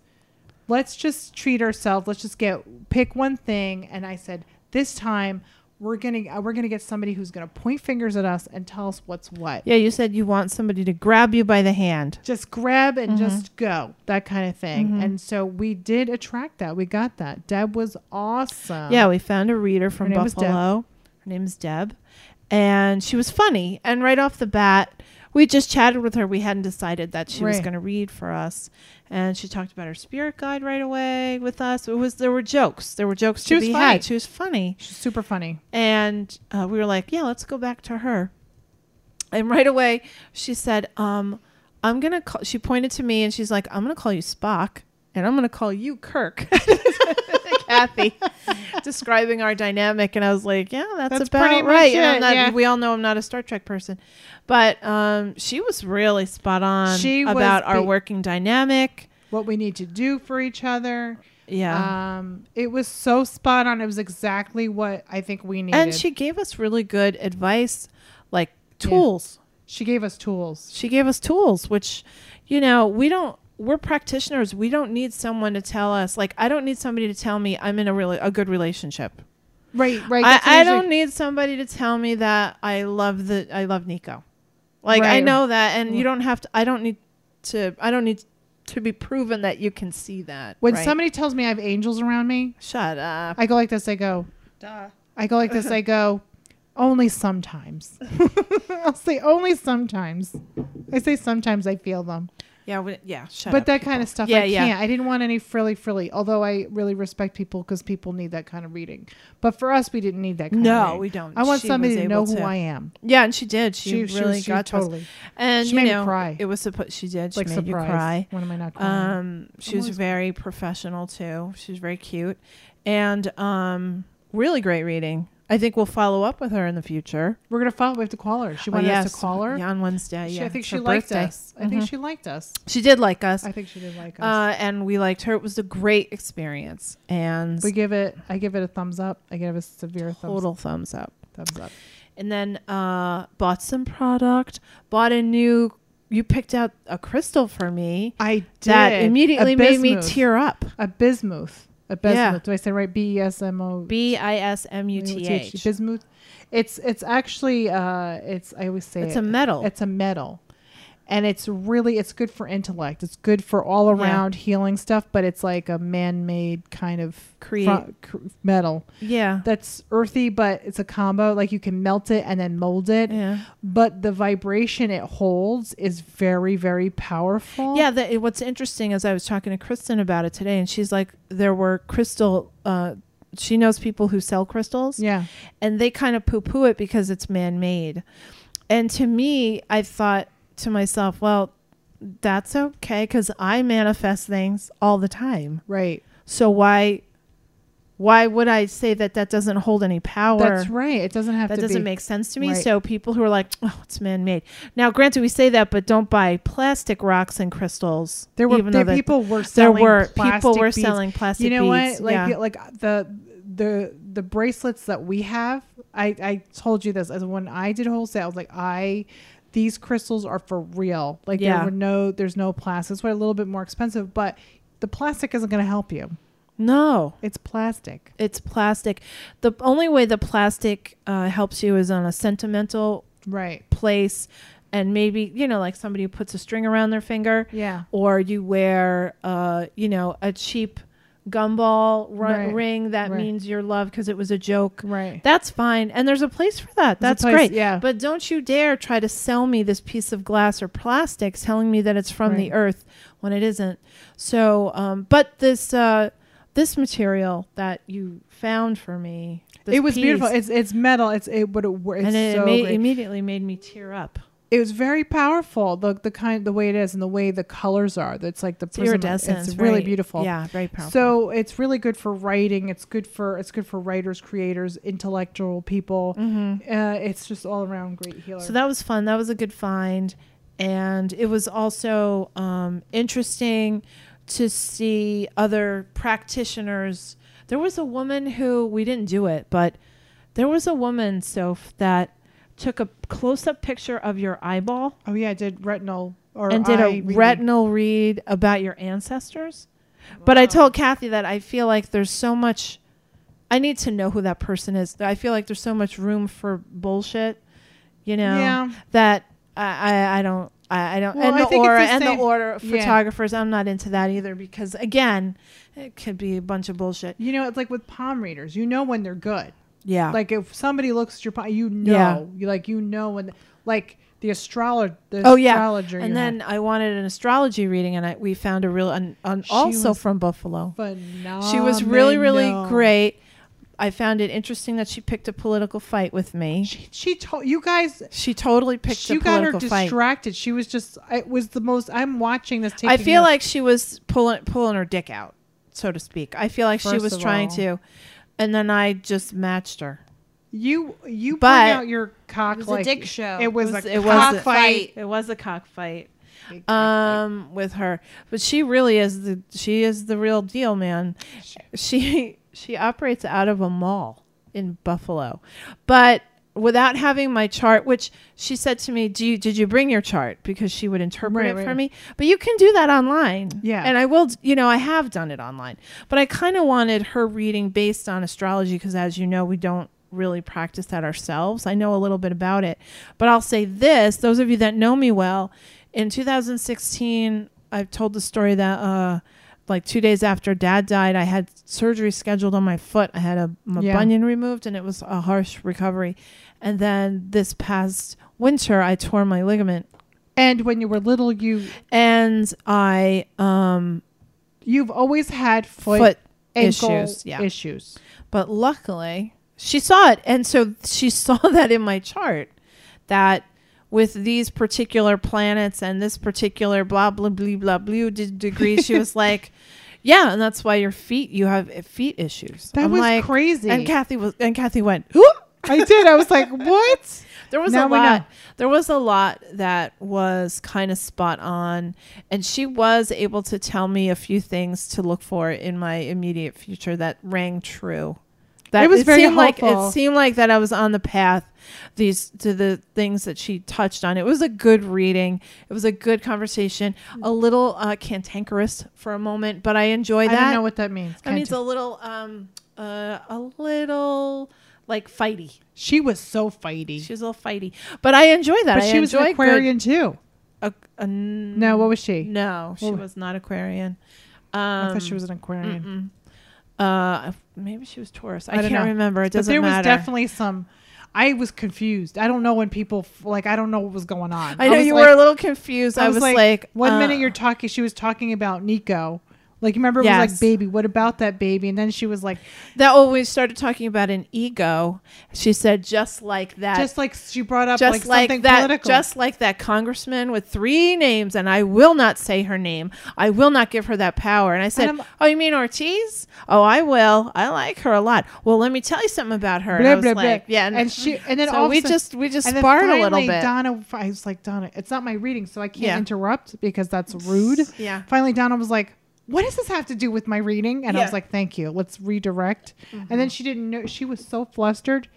Speaker 2: let's just treat ourselves let's just get pick one thing and i said this time we're gonna uh, we're gonna get somebody who's gonna point fingers at us and tell us what's what
Speaker 1: Yeah, you said you want somebody to grab you by the hand.
Speaker 2: just grab
Speaker 1: Mm-hmm.
Speaker 2: and just go that kind of thing and so we did attract that we got that deb was awesome
Speaker 1: yeah, we found a reader from
Speaker 2: Uh-huh. name was Deb.
Speaker 1: Buffalo. Her name is Deb, and she was funny. And right off the bat, we just chatted with her. We hadn't decided that she was
Speaker 2: Right.
Speaker 1: going to read for us, and she talked about her spirit guide right away with us. It was there were jokes. There were jokes
Speaker 2: She
Speaker 1: to
Speaker 2: was
Speaker 1: be
Speaker 2: funny.
Speaker 1: had. She was funny,
Speaker 2: she's super funny
Speaker 1: and uh, we were like, "Yeah, let's go back to her." And right away, she said, um, "I'm gonna call." She pointed to me, and she's like, "I'm gonna call you Spock." And I'm going to call you Kirk. Kathy describing our dynamic, and I was like, "Yeah, that's,
Speaker 2: That's
Speaker 1: about
Speaker 2: pretty much
Speaker 1: right." And I'm
Speaker 2: it,
Speaker 1: not-
Speaker 2: yeah.
Speaker 1: We all know I'm not a Star Trek person, but um, she was really spot on
Speaker 2: She was
Speaker 1: about our
Speaker 2: be-
Speaker 1: working dynamic.
Speaker 2: what we need to do for each other
Speaker 1: Yeah,
Speaker 2: Um, it was so spot on. It was exactly what I think we needed.
Speaker 1: and she gave us really good advice, like
Speaker 2: Yeah.
Speaker 1: tools.
Speaker 2: she gave us tools.
Speaker 1: She gave us tools, which you know we don't. We're practitioners. We don't need someone to tell us. Like I don't need somebody to tell me I'm in a really a good relationship.
Speaker 2: Right, right. that's what
Speaker 1: I, I
Speaker 2: was
Speaker 1: don't e-,
Speaker 2: like-
Speaker 1: need somebody to tell me that I love the I love Nico. Like I
Speaker 2: Right. Mm.
Speaker 1: know that and you don't have to I don't need to I don't need to be proven that you can see that.
Speaker 2: when
Speaker 1: right?
Speaker 2: somebody tells me I have angels around me,
Speaker 1: Shut up.
Speaker 2: I go like this. I go.
Speaker 3: Duh.
Speaker 2: I go like this. I go. Only sometimes. I'll say only sometimes. I say sometimes I feel them,
Speaker 1: Yeah, we, yeah, shut
Speaker 2: but
Speaker 1: up.
Speaker 2: that kind of stuff
Speaker 1: Yeah,
Speaker 2: I
Speaker 1: yeah.
Speaker 2: can't. I didn't want any frilly frilly. Although I really respect people because people need that kind of reading. But for us, we didn't need that. kind
Speaker 1: No,
Speaker 2: of reading.
Speaker 1: we don't.
Speaker 2: I want
Speaker 1: She
Speaker 2: somebody
Speaker 1: was
Speaker 2: to know
Speaker 1: able
Speaker 2: who
Speaker 1: to.
Speaker 2: I am.
Speaker 1: yeah, and she did. She,
Speaker 2: She- she was-
Speaker 1: really
Speaker 2: she
Speaker 1: got to us.
Speaker 2: totally-
Speaker 1: And
Speaker 2: she
Speaker 1: you
Speaker 2: made me
Speaker 1: know,
Speaker 2: cry.
Speaker 1: It was supposed she did. She
Speaker 2: Like
Speaker 1: made
Speaker 2: surprise.
Speaker 1: you cry.
Speaker 2: When am I not crying?
Speaker 1: Um, she
Speaker 2: I'm
Speaker 1: was
Speaker 2: always-
Speaker 1: very professional too. She was very cute, and um, really great reading. I think we'll follow up with her in the future.
Speaker 2: We're gonna follow. We have to call her. She
Speaker 1: Oh,
Speaker 2: wanted
Speaker 1: yes.
Speaker 2: us to call her.
Speaker 1: Yeah, on Wednesday.
Speaker 2: She-
Speaker 1: Uh, yeah,
Speaker 2: I think
Speaker 1: It's
Speaker 2: she
Speaker 1: her
Speaker 2: liked
Speaker 1: birthday.
Speaker 2: us. I think she liked us.
Speaker 1: She did like us,
Speaker 2: I think she did like us.
Speaker 1: uh, and we liked her. It was a great experience, and
Speaker 2: we give it. I give it a thumbs up. I give it a severe thumbs,
Speaker 1: total thumbs up.
Speaker 2: thumbs up.
Speaker 1: And then uh, bought some product. Bought a new. You picked out a crystal for me
Speaker 2: I did.
Speaker 1: that immediately made me
Speaker 2: Abysmuth.
Speaker 1: tear up.
Speaker 2: A bismuth. A bismuth.
Speaker 1: Yeah.
Speaker 2: Do I say it right? B e s m o
Speaker 1: B i s m u
Speaker 2: U
Speaker 1: t
Speaker 2: T H.
Speaker 1: h.
Speaker 2: Bismuth. It's it's actually uh it's I always say
Speaker 1: It's
Speaker 2: it.
Speaker 1: a metal.
Speaker 2: It's a metal. And it's really it's good for intellect. It's good for all around healing stuff, but it's like a man-made kind of
Speaker 1: Create-
Speaker 2: fro- cr- metal.
Speaker 1: yeah.
Speaker 2: that's earthy, but it's a combo. Like you can melt it and then mold it.
Speaker 1: Yeah.
Speaker 2: But the vibration it holds is very, very powerful.
Speaker 1: Yeah, the, what's interesting is I was talking to Kristen about it today, and she's like, there were crystal. Uh, she knows people who sell crystals,
Speaker 2: Yeah.
Speaker 1: and they kind of poo poo it because it's man made. And to me, I thought to myself, well, that's okay because I manifest things all the time.
Speaker 2: Right.
Speaker 1: So why, why would I say that that doesn't hold any power?
Speaker 2: That's right. It doesn't have
Speaker 1: that
Speaker 2: to
Speaker 1: doesn't
Speaker 2: be.
Speaker 1: make sense to me.
Speaker 2: Right.
Speaker 1: So people who are like, "Oh, it's man-made." Now, granted, we say that, but don't buy plastic rocks and crystals.
Speaker 2: there were
Speaker 1: even
Speaker 2: there
Speaker 1: though that-
Speaker 2: people were
Speaker 1: there
Speaker 2: selling
Speaker 1: were people
Speaker 2: plastic
Speaker 1: were
Speaker 2: beads.
Speaker 1: selling plastic.
Speaker 2: You know
Speaker 1: beads.
Speaker 2: what? Like
Speaker 1: yeah.
Speaker 2: like the the the bracelets that we have. I I told you this as when I did wholesale. I was like I. These crystals are for real. Like
Speaker 1: Yeah.
Speaker 2: there were no, there's no plastic. That's why a little bit more expensive, but the plastic isn't going to help you.
Speaker 1: No,
Speaker 2: It's plastic.
Speaker 1: it's plastic. The only way the plastic uh, helps you is on a sentimental
Speaker 2: Right.
Speaker 1: place, and maybe you know, like somebody who puts a string around their finger,
Speaker 2: Yeah.
Speaker 1: or you wear, uh, you know, a cheap gumball ru-
Speaker 2: Right.
Speaker 1: ring that
Speaker 2: Right.
Speaker 1: means you're loved because it was a joke.
Speaker 2: Right.
Speaker 1: That's fine, and there's a place for that.
Speaker 2: There's
Speaker 1: That's
Speaker 2: a place,
Speaker 1: great.
Speaker 2: yeah.
Speaker 1: but don't you dare try to sell me this piece of glass or plastic, telling me that it's from the
Speaker 2: Right.
Speaker 1: earth when it isn't. So, um, but this uh, this material that you found for me, this
Speaker 2: it was
Speaker 1: piece,
Speaker 2: beautiful. It's it's metal. It's it would it's
Speaker 1: and it
Speaker 2: so
Speaker 1: imme-
Speaker 2: great.
Speaker 1: immediately made me tear up.
Speaker 2: it was very powerful. The the kind the way it is and the way the colors are. That's like the
Speaker 1: It's
Speaker 2: prism-
Speaker 1: iridescent.
Speaker 2: It's
Speaker 1: very-
Speaker 2: really beautiful.
Speaker 1: Yeah, very powerful.
Speaker 2: So it's really good for writing. It's good for it's good for writers, creators, intellectual people.
Speaker 1: Mhm.
Speaker 2: Uh, it's just all around great healer.
Speaker 1: So that was fun. That was a good find. And it was also um, interesting to see other practitioners. There was a woman who, we didn't do it, but there was a woman, Soph, that took a close up picture of your eyeball
Speaker 2: oh yeah, I did retinal or
Speaker 1: and did a
Speaker 2: eye reading.
Speaker 1: retinal read about your ancestors. But I told Kathy that I feel like there's so much. I need to know who that person is. I feel like there's so much room for bullshit, you know
Speaker 2: Yeah.
Speaker 1: that I, I, I don't I, I don't
Speaker 2: Well,
Speaker 1: and
Speaker 2: I
Speaker 1: the
Speaker 2: think it's
Speaker 1: aura
Speaker 2: the
Speaker 1: and
Speaker 2: same-
Speaker 1: the order of
Speaker 2: yeah.
Speaker 1: photographers. I'm not into that either because again, it could be a bunch of bullshit.
Speaker 2: You know, it's like with palm readers. You know when they're good.
Speaker 1: Yeah, like
Speaker 2: Like if somebody looks at your palm, you know.
Speaker 1: Ah. Yeah.
Speaker 2: You like you know when like the astrologer. The
Speaker 1: oh yeah.
Speaker 2: astrologer you
Speaker 1: And then I wanted an astrology reading, and I, we found a real an, an
Speaker 2: She
Speaker 1: also
Speaker 2: was
Speaker 1: from Buffalo.
Speaker 2: had.
Speaker 1: She was really really
Speaker 2: Phenomenal.
Speaker 1: great. I found it interesting that she picked a political fight with me.
Speaker 2: She, she told you guys.
Speaker 1: She totally picked
Speaker 2: She
Speaker 1: a
Speaker 2: got her
Speaker 1: political fight.
Speaker 2: distracted. She was just. It was the most. I'm watching this. Taking
Speaker 1: I feel
Speaker 2: in.
Speaker 1: like she was pulling pulling her dick out, so to speak. I feel like she
Speaker 2: First
Speaker 1: was
Speaker 2: of
Speaker 1: trying
Speaker 2: all.
Speaker 1: to, and then I just matched her.
Speaker 2: you. You
Speaker 1: But-
Speaker 2: bring out your cock
Speaker 3: It was a
Speaker 2: like
Speaker 3: dick show.
Speaker 2: It was,
Speaker 1: It was-
Speaker 2: a
Speaker 1: it was
Speaker 2: cock
Speaker 1: a-
Speaker 2: fight.
Speaker 1: It was a cockfight um, with her, but she really is the she is the real deal, man. She she operates out of a mall in Buffalo, but without having my chart, which she said to me, "Do you did you bring your chart?" Because she would interpret
Speaker 2: Right,
Speaker 1: it for
Speaker 2: right.
Speaker 1: me. But you can do that online,
Speaker 2: Yeah.
Speaker 1: And I will, d- you know, I have done it online, but I kind of wanted her reading based on astrology because, as you know, we don't really practice that ourselves. I know a little bit about it, but I'll say this: those of you that know me well, in 2016, I've told the story that. uh like two days after dad died, I had surgery scheduled on my foot. I had a, my
Speaker 2: Yeah.
Speaker 1: bunion removed and it was a harsh recovery. And then this past winter, I tore my ligament
Speaker 2: And when you were little, you
Speaker 1: and I, um,
Speaker 2: you've always had foot,
Speaker 1: foot,
Speaker 2: ankle
Speaker 1: issues. Yeah.
Speaker 2: issues.
Speaker 1: but luckily she saw it. And so she saw that in my chart that with these particular planets and this particular blah, blah, blah, blah, blah de- degree, she was like, yeah. And that's why your feet, you have uh, feet issues.
Speaker 2: That
Speaker 1: I'm
Speaker 2: was
Speaker 1: like,
Speaker 2: crazy.
Speaker 1: And Kathy was, and Kathy went,
Speaker 2: I did. I was like, what?
Speaker 1: There was
Speaker 2: Now
Speaker 1: a
Speaker 2: we know.
Speaker 1: lot. There was a lot that was kind of spot on, and she was able to tell me a few things to look for in my immediate future that rang true. That
Speaker 2: It was very
Speaker 1: seemed like
Speaker 2: helpful.
Speaker 1: it seemed like that I was on the path these to the things that she touched on. It was a good reading. It was a good conversation.
Speaker 2: Mm.
Speaker 1: A little uh, cantankerous for a moment, but I enjoyed
Speaker 2: I
Speaker 1: that.
Speaker 2: don't know what that means.
Speaker 1: that means
Speaker 2: Can't-
Speaker 1: a little, um, uh, a little like fighty.
Speaker 2: she was so fighty.
Speaker 1: She was a little fighty, but I enjoy that.
Speaker 2: but
Speaker 1: I
Speaker 2: she was an
Speaker 1: enjoy
Speaker 2: Aquarian too.
Speaker 1: Good, a, a n-
Speaker 2: No, what was she?
Speaker 1: no, she
Speaker 2: what-
Speaker 1: was not Aquarian. Um,
Speaker 2: I thought she was an Aquarian.
Speaker 1: mm-mm. Uh, maybe she was Taurus. I,
Speaker 2: I don't
Speaker 1: can't
Speaker 2: know.
Speaker 1: remember. It
Speaker 2: But
Speaker 1: doesn't
Speaker 2: there was
Speaker 1: matter.
Speaker 2: definitely some. I was confused. I don't know when people f- like. I don't know what was going on.
Speaker 1: I know
Speaker 2: was
Speaker 1: you
Speaker 2: like-
Speaker 1: were a little confused. I was, like,
Speaker 2: one
Speaker 1: uh,
Speaker 2: minute you're talking. She was talking about Nico. Like remember, it was
Speaker 1: Yes.
Speaker 2: like baby. What about that baby? And then she was like,
Speaker 1: that when we started talking about an ego, she said just like that,
Speaker 2: just like she brought up
Speaker 1: just
Speaker 2: like,
Speaker 1: like,
Speaker 2: something
Speaker 1: that
Speaker 2: political.
Speaker 1: just like that congressman with three names and i will not say her name i will not give her that power and i said
Speaker 2: And I'm-
Speaker 1: oh you mean ortiz oh i will i like her a lot well let me tell you something about her and
Speaker 2: Blah,
Speaker 1: i was
Speaker 2: blah, blah.
Speaker 1: like yeah
Speaker 2: and,
Speaker 1: and,
Speaker 2: she and then
Speaker 1: so
Speaker 2: all of a
Speaker 1: we
Speaker 2: sudden-
Speaker 1: just we just
Speaker 2: and then
Speaker 1: sparred a little
Speaker 2: finally
Speaker 1: bit
Speaker 2: Donna, I was like Donna, it's not my reading, so I can't
Speaker 1: Yeah.
Speaker 2: interrupt because that's rude.
Speaker 1: yeah
Speaker 2: Finally, Donna was like, "What does this have to do with my reading?" And I
Speaker 1: Yeah. Mm-hmm.
Speaker 2: was like, "Thank you. Let's redirect." And then she didn't know. She was so flustered.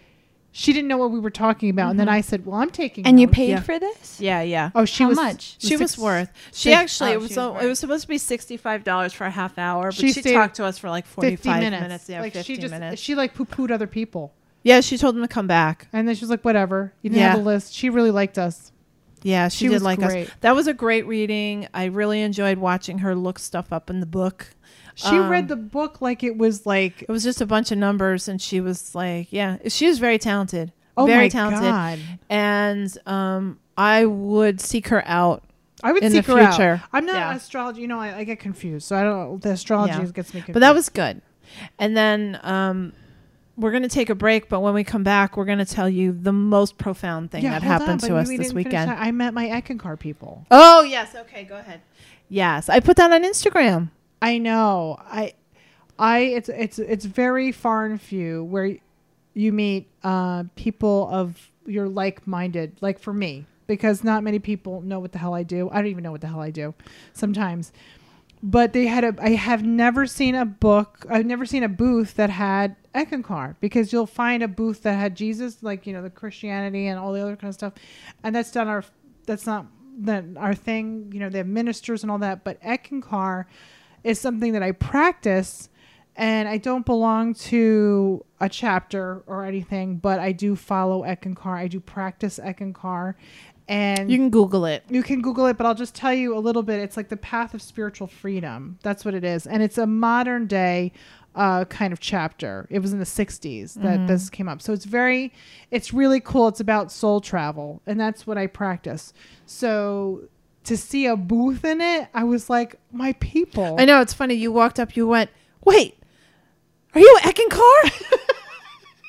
Speaker 2: She didn't know what we were talking about, and then
Speaker 1: Mm-hmm.
Speaker 2: I said, "Well, I'm taking."
Speaker 3: And you
Speaker 2: notes."
Speaker 3: paid
Speaker 1: Yeah.
Speaker 3: for this?
Speaker 1: Yeah, yeah.
Speaker 2: Oh, she
Speaker 3: How
Speaker 2: was
Speaker 3: much?
Speaker 1: She was
Speaker 2: six-
Speaker 1: worth. She
Speaker 2: six-
Speaker 1: actually
Speaker 3: oh,
Speaker 1: it was,
Speaker 3: she was
Speaker 1: so-
Speaker 3: worth.
Speaker 1: it was supposed to be sixty five dollars for a half hour, but
Speaker 2: She
Speaker 1: she,
Speaker 2: stayed
Speaker 1: talked to us for like forty
Speaker 2: 50
Speaker 1: five
Speaker 2: minutes.
Speaker 1: minutes. Yeah,
Speaker 2: like
Speaker 1: fifteen
Speaker 2: she just
Speaker 1: minutes.
Speaker 2: she like poo pooed other people,
Speaker 1: yeah, she told him to come back.
Speaker 2: and then she was like, "Whatever." You didn't have
Speaker 1: Yeah.
Speaker 2: a list. She really liked us.
Speaker 1: Yeah, she,
Speaker 2: She
Speaker 1: did
Speaker 2: was
Speaker 1: like us.
Speaker 2: great.
Speaker 1: That was a great reading. I really enjoyed watching her look stuff up in the book.
Speaker 2: She
Speaker 1: Um,
Speaker 2: read the book like it was like
Speaker 1: It was just a bunch of numbers, and she was like, "Yeah, she was very talented,
Speaker 2: oh
Speaker 1: very
Speaker 2: my
Speaker 1: talented."
Speaker 2: god.
Speaker 1: And um, I would seek her out.
Speaker 2: I would
Speaker 1: in the
Speaker 2: seek her
Speaker 1: future.
Speaker 2: out. I'm not
Speaker 1: Yeah.
Speaker 2: an astrology. You know, I, I get confused, so I don't. The astrology
Speaker 1: Yeah.
Speaker 2: gets me confused.
Speaker 1: But that was good. And then um, we're gonna take a break, but when we come back, we're gonna tell you the most profound thing that
Speaker 2: hold on,
Speaker 1: happened
Speaker 2: but
Speaker 1: to
Speaker 2: we-
Speaker 1: us
Speaker 2: we
Speaker 1: this
Speaker 2: didn't finish
Speaker 1: weekend.
Speaker 2: that. I met my Eckencar people.
Speaker 1: Oh yes, okay, go ahead. Yes, I put that on Instagram.
Speaker 2: I know. I, I. It's it's it's very far and few where you meet uh, people of your like minded. Like for me, because not many people know what the hell I do. I don't even know what the hell I do sometimes. But they had a. I have never seen a book. I've never seen a booth that had Eckencar because you'll find a booth that had Jesus, like you know the Christianity and all the other kind of stuff, and that's done our. That's not that our thing. You know they have ministers and all that, but Eckencar is something that I practice and I don't belong to a chapter or anything, but I do follow Eckankar. I do practice Eckankar. And
Speaker 1: You can Google it.
Speaker 2: you can Google it, but I'll just tell you a little bit. It's like the path of spiritual freedom. That's what it is. And it's a modern day uh, kind of chapter. It was in the 60s that
Speaker 1: Mm-hmm.
Speaker 2: this came up. So it's very, it's really cool. It's about soul travel. And that's what I practice. So to see a booth in it, I was like, my people.
Speaker 1: I know it's funny. You walked up, you went, "Wait, are you Eckencar?"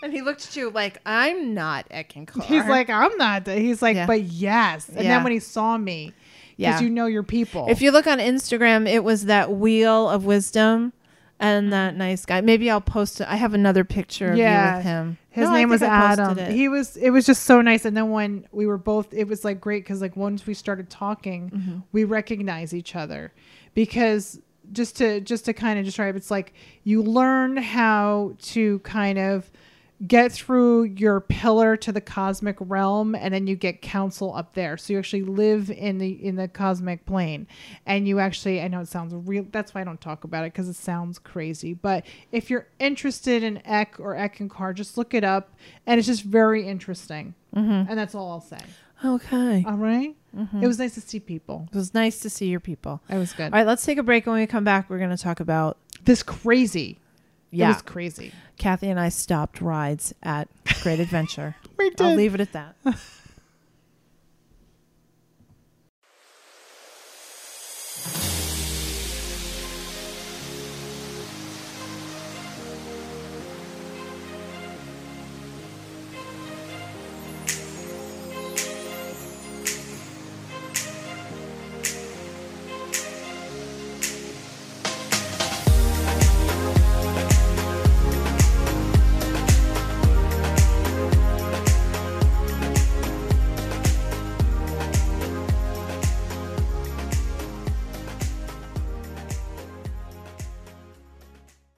Speaker 1: and he looked at you like, "I'm not Eckencar."
Speaker 2: He's like, I'm not. th-" He's like,
Speaker 1: Yeah.
Speaker 2: but yes. And
Speaker 1: Yeah.
Speaker 2: then when he saw me, because
Speaker 1: Yeah.
Speaker 2: you know your people.
Speaker 1: if you look on Instagram, it was that wheel of wisdom
Speaker 2: Mm.
Speaker 1: and that nice guy. Maybe I'll post it. I have another picture of you
Speaker 2: Yeah.
Speaker 1: with him.
Speaker 2: his
Speaker 1: No, I
Speaker 2: name was
Speaker 1: think I posted it.
Speaker 2: Adam. He was. It was just so nice. And then when we were both, it was like great because like once we started talking,
Speaker 1: Mm-hmm.
Speaker 2: we recognize each other because just to just to kind of describe, it's like you learn how to kind of get through your pillar to the cosmic realm and then you get counsel up there so you actually live in the in the cosmic plane and you actually i know it sounds real that's why i don't talk about it because it sounds crazy but if you're interested in ek or ek and car just look it up and it's just very interesting
Speaker 1: Mm-hmm.
Speaker 2: and that's all i'll say
Speaker 1: okay.
Speaker 2: all right?
Speaker 1: Mm-hmm.
Speaker 2: it was nice to see people
Speaker 1: It was nice to see your people.
Speaker 2: it was good
Speaker 1: All right, let's take a break. When we come back, we're going to talk about
Speaker 2: this crazy it
Speaker 1: yeah.
Speaker 2: was crazy
Speaker 1: Kathy and I stopped rides at Great Adventure.
Speaker 2: we
Speaker 1: I'll leave it at that.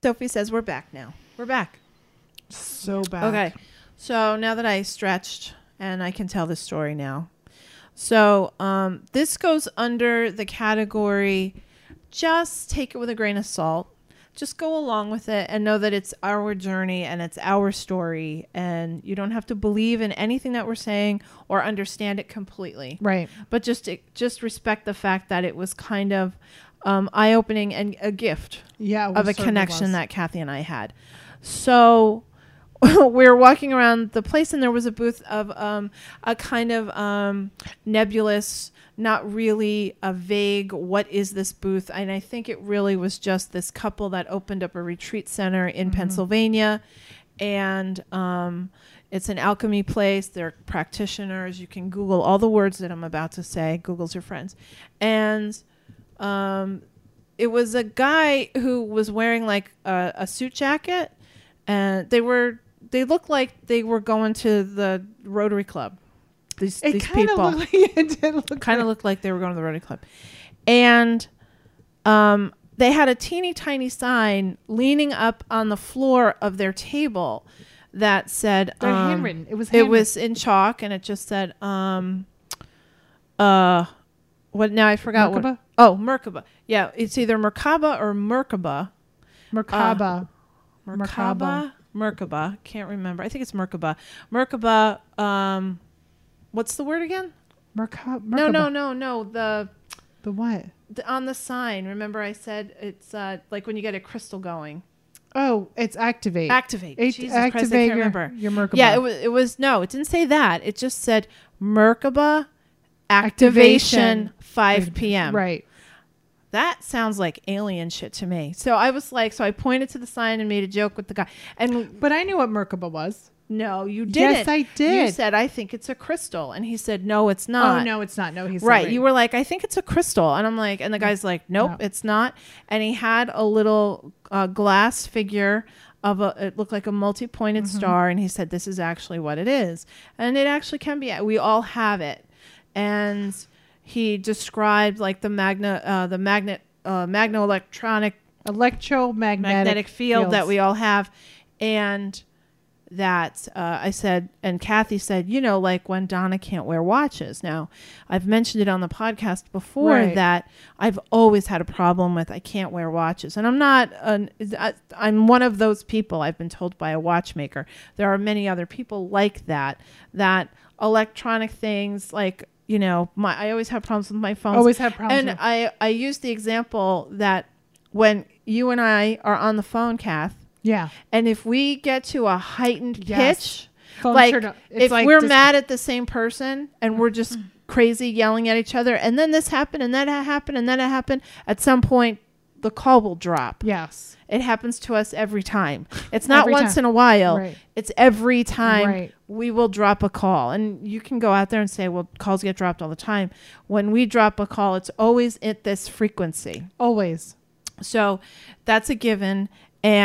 Speaker 1: Sophie says we're back now. We're back.
Speaker 2: so bad
Speaker 1: Okay. So now that I stretched and I can tell the story now. So um, this goes under the category just take it with a grain of salt. Just go along with it and know that it's our journey and it's our story. And you don't have to believe in anything that we're saying or understand it completely
Speaker 2: right
Speaker 1: but just just respect the fact that it was kind of um, eye opening and a gift
Speaker 2: yeah it
Speaker 1: of a
Speaker 2: certainly
Speaker 1: connection
Speaker 2: was.
Speaker 1: that Kathy and I had. So we were walking around the place, and there was a booth of um, a kind of um, nebulous, not really a vague, what is this booth? And I think it really was just this couple that opened up a retreat center in
Speaker 2: Mm-hmm.
Speaker 1: Pennsylvania. And um, it's an alchemy place. They're practitioners. You can Google all the words that I'm about to say. Google's your friends. And um, it was a guy who was wearing like a, a suit jacket and they were they looked like they were going to the rotary club these,
Speaker 2: it
Speaker 1: these
Speaker 2: kind of
Speaker 1: people
Speaker 2: looked like it did look
Speaker 1: kind of looked like they were going to the Rotary Club. And um, they had a teeny tiny sign leaning up on the floor of their table that said
Speaker 2: They're
Speaker 1: um,
Speaker 2: handwritten. It was
Speaker 1: it
Speaker 2: handwritten.
Speaker 1: was in chalk and it just said um uh what now I forgot what
Speaker 2: Merkaba?
Speaker 1: oh Merkaba yeah it's either Merkaba or Merkaba
Speaker 2: Merkaba. Uh,
Speaker 1: Merkaba. Merkaba. Can't remember. I think it's Merkaba. Merkaba. Um, what's the word again?
Speaker 2: Merkaba.
Speaker 1: No, no, no, no. The,
Speaker 2: The what?
Speaker 1: the on the sign. Remember, I said it's uh, like when you get a crystal going.
Speaker 2: Oh, it's activate.
Speaker 1: Activate.
Speaker 2: Act-
Speaker 1: Jesus
Speaker 2: activate
Speaker 1: Christ, I can't
Speaker 2: your,
Speaker 1: remember.
Speaker 2: Your Merkaba.
Speaker 1: Yeah, it was. It was no. It didn't say that. It just said Merkaba activation,
Speaker 2: Activation.
Speaker 1: 5 p.m.
Speaker 2: Right.
Speaker 1: That sounds like alien shit to me. So I was like, so I pointed to the sign and made a joke with the guy. And
Speaker 2: But I knew what Merkaba was.
Speaker 1: No, you didn't.
Speaker 2: Yes, I
Speaker 1: You
Speaker 2: did.
Speaker 1: said I think it's a crystal, and he said no, it's not.
Speaker 2: oh, no, it's not. No, he's
Speaker 1: Right. You were like, I think it's a crystal. And I'm like, and the guy's like, nope,
Speaker 2: No.
Speaker 1: it's not. And he had a little uh, glass figure of a, it looked like a multi pointed star. And he said, this is actually what it is. And it actually can be, we all have it. And he described like the magna, uh, the magnet, uh, magnoelectronic
Speaker 2: electromagnetic
Speaker 1: magnetic field that
Speaker 2: fields.
Speaker 1: we all have and that uh, i said and kathy said you know like when donna can't wear watches now i've mentioned it on the podcast before
Speaker 2: Right.
Speaker 1: that i've always had a problem with i can't wear watches and i'm not an, I, i'm one of those people i've been told by a watchmaker there are many other people like that that electronic things like you know my i always have problems with my phone
Speaker 2: Always have problems
Speaker 1: and
Speaker 2: with-
Speaker 1: i i use the example that when you and i are on the phone kath
Speaker 2: Yeah.
Speaker 1: and if we get to a heightened
Speaker 2: Yes.
Speaker 1: pitch,
Speaker 2: Phone
Speaker 1: like
Speaker 2: turned up. It's
Speaker 1: if
Speaker 2: like Mm.
Speaker 1: we're
Speaker 2: dis-
Speaker 1: mad at the same person and we're just crazy yelling at each other, and then this happened and that ha- happened and that ha- happened, at some point the call will drop.
Speaker 2: Yes.
Speaker 1: It happens to us every time. It's not
Speaker 2: Every
Speaker 1: once in
Speaker 2: time.
Speaker 1: a while.
Speaker 2: Right.
Speaker 1: It's every time
Speaker 2: Right.
Speaker 1: we will drop a call. And you can go out there and say, well, calls get dropped all the time. When we drop a call, it's always at this frequency.
Speaker 2: Always.
Speaker 1: So that's a given.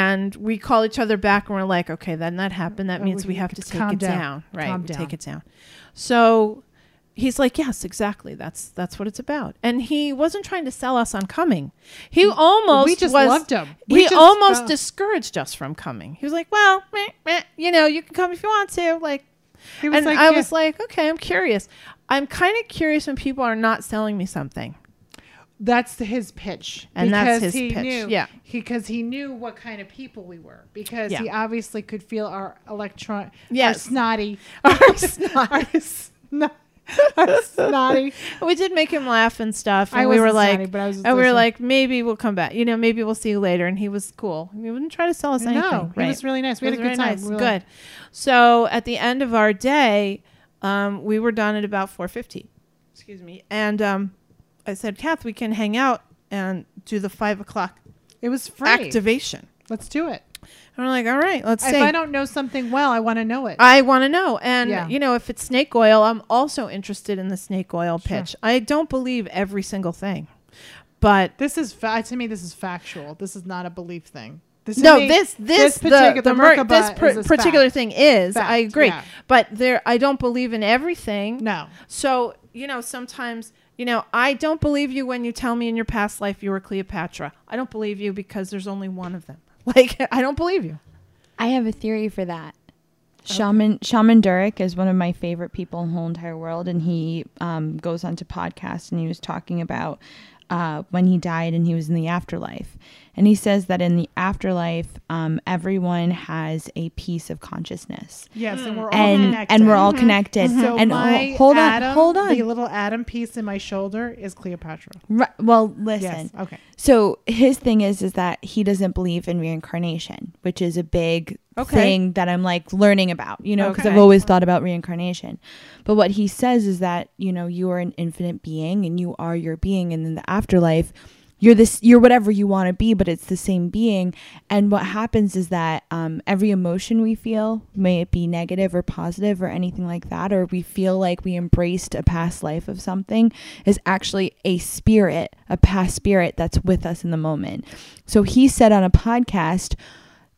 Speaker 1: And we call each other back and we're like, okay, then that happened. That
Speaker 2: Uh,
Speaker 1: means
Speaker 2: we
Speaker 1: we
Speaker 2: can
Speaker 1: have to take
Speaker 2: calm
Speaker 1: it down.
Speaker 2: down.
Speaker 1: Right.
Speaker 2: Calm
Speaker 1: we
Speaker 2: down.
Speaker 1: Take it down. So he's like, yes, exactly. That's that's what it's about. And he wasn't trying to sell us on coming. He almost
Speaker 2: we just
Speaker 1: was-
Speaker 2: loved him.
Speaker 1: He
Speaker 2: We just-
Speaker 1: almost
Speaker 2: uh,
Speaker 1: discouraged us from coming. He was like, well, meh, meh, you know, you can come if you want to. Like,
Speaker 2: He was
Speaker 1: and
Speaker 2: like,
Speaker 1: I
Speaker 2: yeah.
Speaker 1: was like, okay, I'm curious. I'm kind of curious when people are not selling me something.
Speaker 2: that's the- his pitch
Speaker 1: And that's his
Speaker 2: he
Speaker 1: pitch,
Speaker 2: knew
Speaker 1: yeah.
Speaker 2: because he knew what kind of people we were because
Speaker 1: Yeah.
Speaker 2: he obviously could feel our electron
Speaker 1: Yes.
Speaker 2: our snotty
Speaker 1: Our
Speaker 2: our, sno- our snotty
Speaker 1: we did make him laugh and stuff, and
Speaker 2: I
Speaker 1: we were
Speaker 2: wasn't
Speaker 1: like,
Speaker 2: snotty, but I was just
Speaker 1: and we were
Speaker 2: listening.
Speaker 1: like, maybe we'll come back. You know, maybe we'll see you later. And he was cool. He wouldn't try to sell us anything.
Speaker 2: no he was really nice we
Speaker 1: It
Speaker 2: had a good
Speaker 1: was very
Speaker 2: time
Speaker 1: nice.
Speaker 2: We were
Speaker 1: Good. So at the end of our day, um, we were done at about four fifty. Excuse me. And um, I said, Kath, we can hang out and do the five o'clock
Speaker 2: like- it was free
Speaker 1: activation.
Speaker 2: let's do it
Speaker 1: And we're like, all right, let's see.
Speaker 2: if I don't know something well I want to know it
Speaker 1: I want to know. And,
Speaker 2: Yeah.
Speaker 1: you know, if it's snake oil, I'm also interested in the snake oil pitch. I don't believe every single thing, but
Speaker 2: this is fa- to me this is factual this is not a belief thing this to
Speaker 1: no,
Speaker 2: me-
Speaker 1: this this the, the, mer-
Speaker 2: Merkaba
Speaker 1: this
Speaker 2: is
Speaker 1: pr-
Speaker 2: a
Speaker 1: particular
Speaker 2: fact.
Speaker 1: thing is. I
Speaker 2: Fact,
Speaker 1: agree,
Speaker 2: yeah.
Speaker 1: but there I don't believe in everything.
Speaker 2: no
Speaker 1: So you know sometimes you know I don't believe you when you tell me in your past life you were Cleopatra. I don't believe you because there's only one of them. Like I don't believe you.
Speaker 3: I have a theory for that. Shaman Shaman Durek is one of my favorite people in the whole entire world, and he um, goes on to podcasts and he was talking about uh, when he died and he was in the afterlife, and he says that in the afterlife, um, everyone has a piece of consciousness,
Speaker 2: Yes, and we're all
Speaker 3: and
Speaker 2: connected. Mm-hmm.
Speaker 3: and we're all connected.
Speaker 2: So
Speaker 3: and
Speaker 2: my
Speaker 3: ho- hold on,
Speaker 2: atom,
Speaker 3: hold on.
Speaker 2: The little atom piece in my shoulder is Cleopatra.
Speaker 3: Ri- well, listen.
Speaker 2: Yes. Okay.
Speaker 3: So his thing is is that he doesn't believe in reincarnation, which is a big
Speaker 1: Okay.
Speaker 3: thing that I'm like learning about, you know, because
Speaker 1: Okay.
Speaker 3: I've always thought about reincarnation. But what he says is that, you know, you are an infinite being and you are your being and in the afterlife you're this you're whatever you want to be but it's the same being and what happens is that um, every emotion we feel may it be negative or positive or anything like that or we feel like we embraced a past life of something is actually a spirit a past spirit that's with us in the moment so he said on a podcast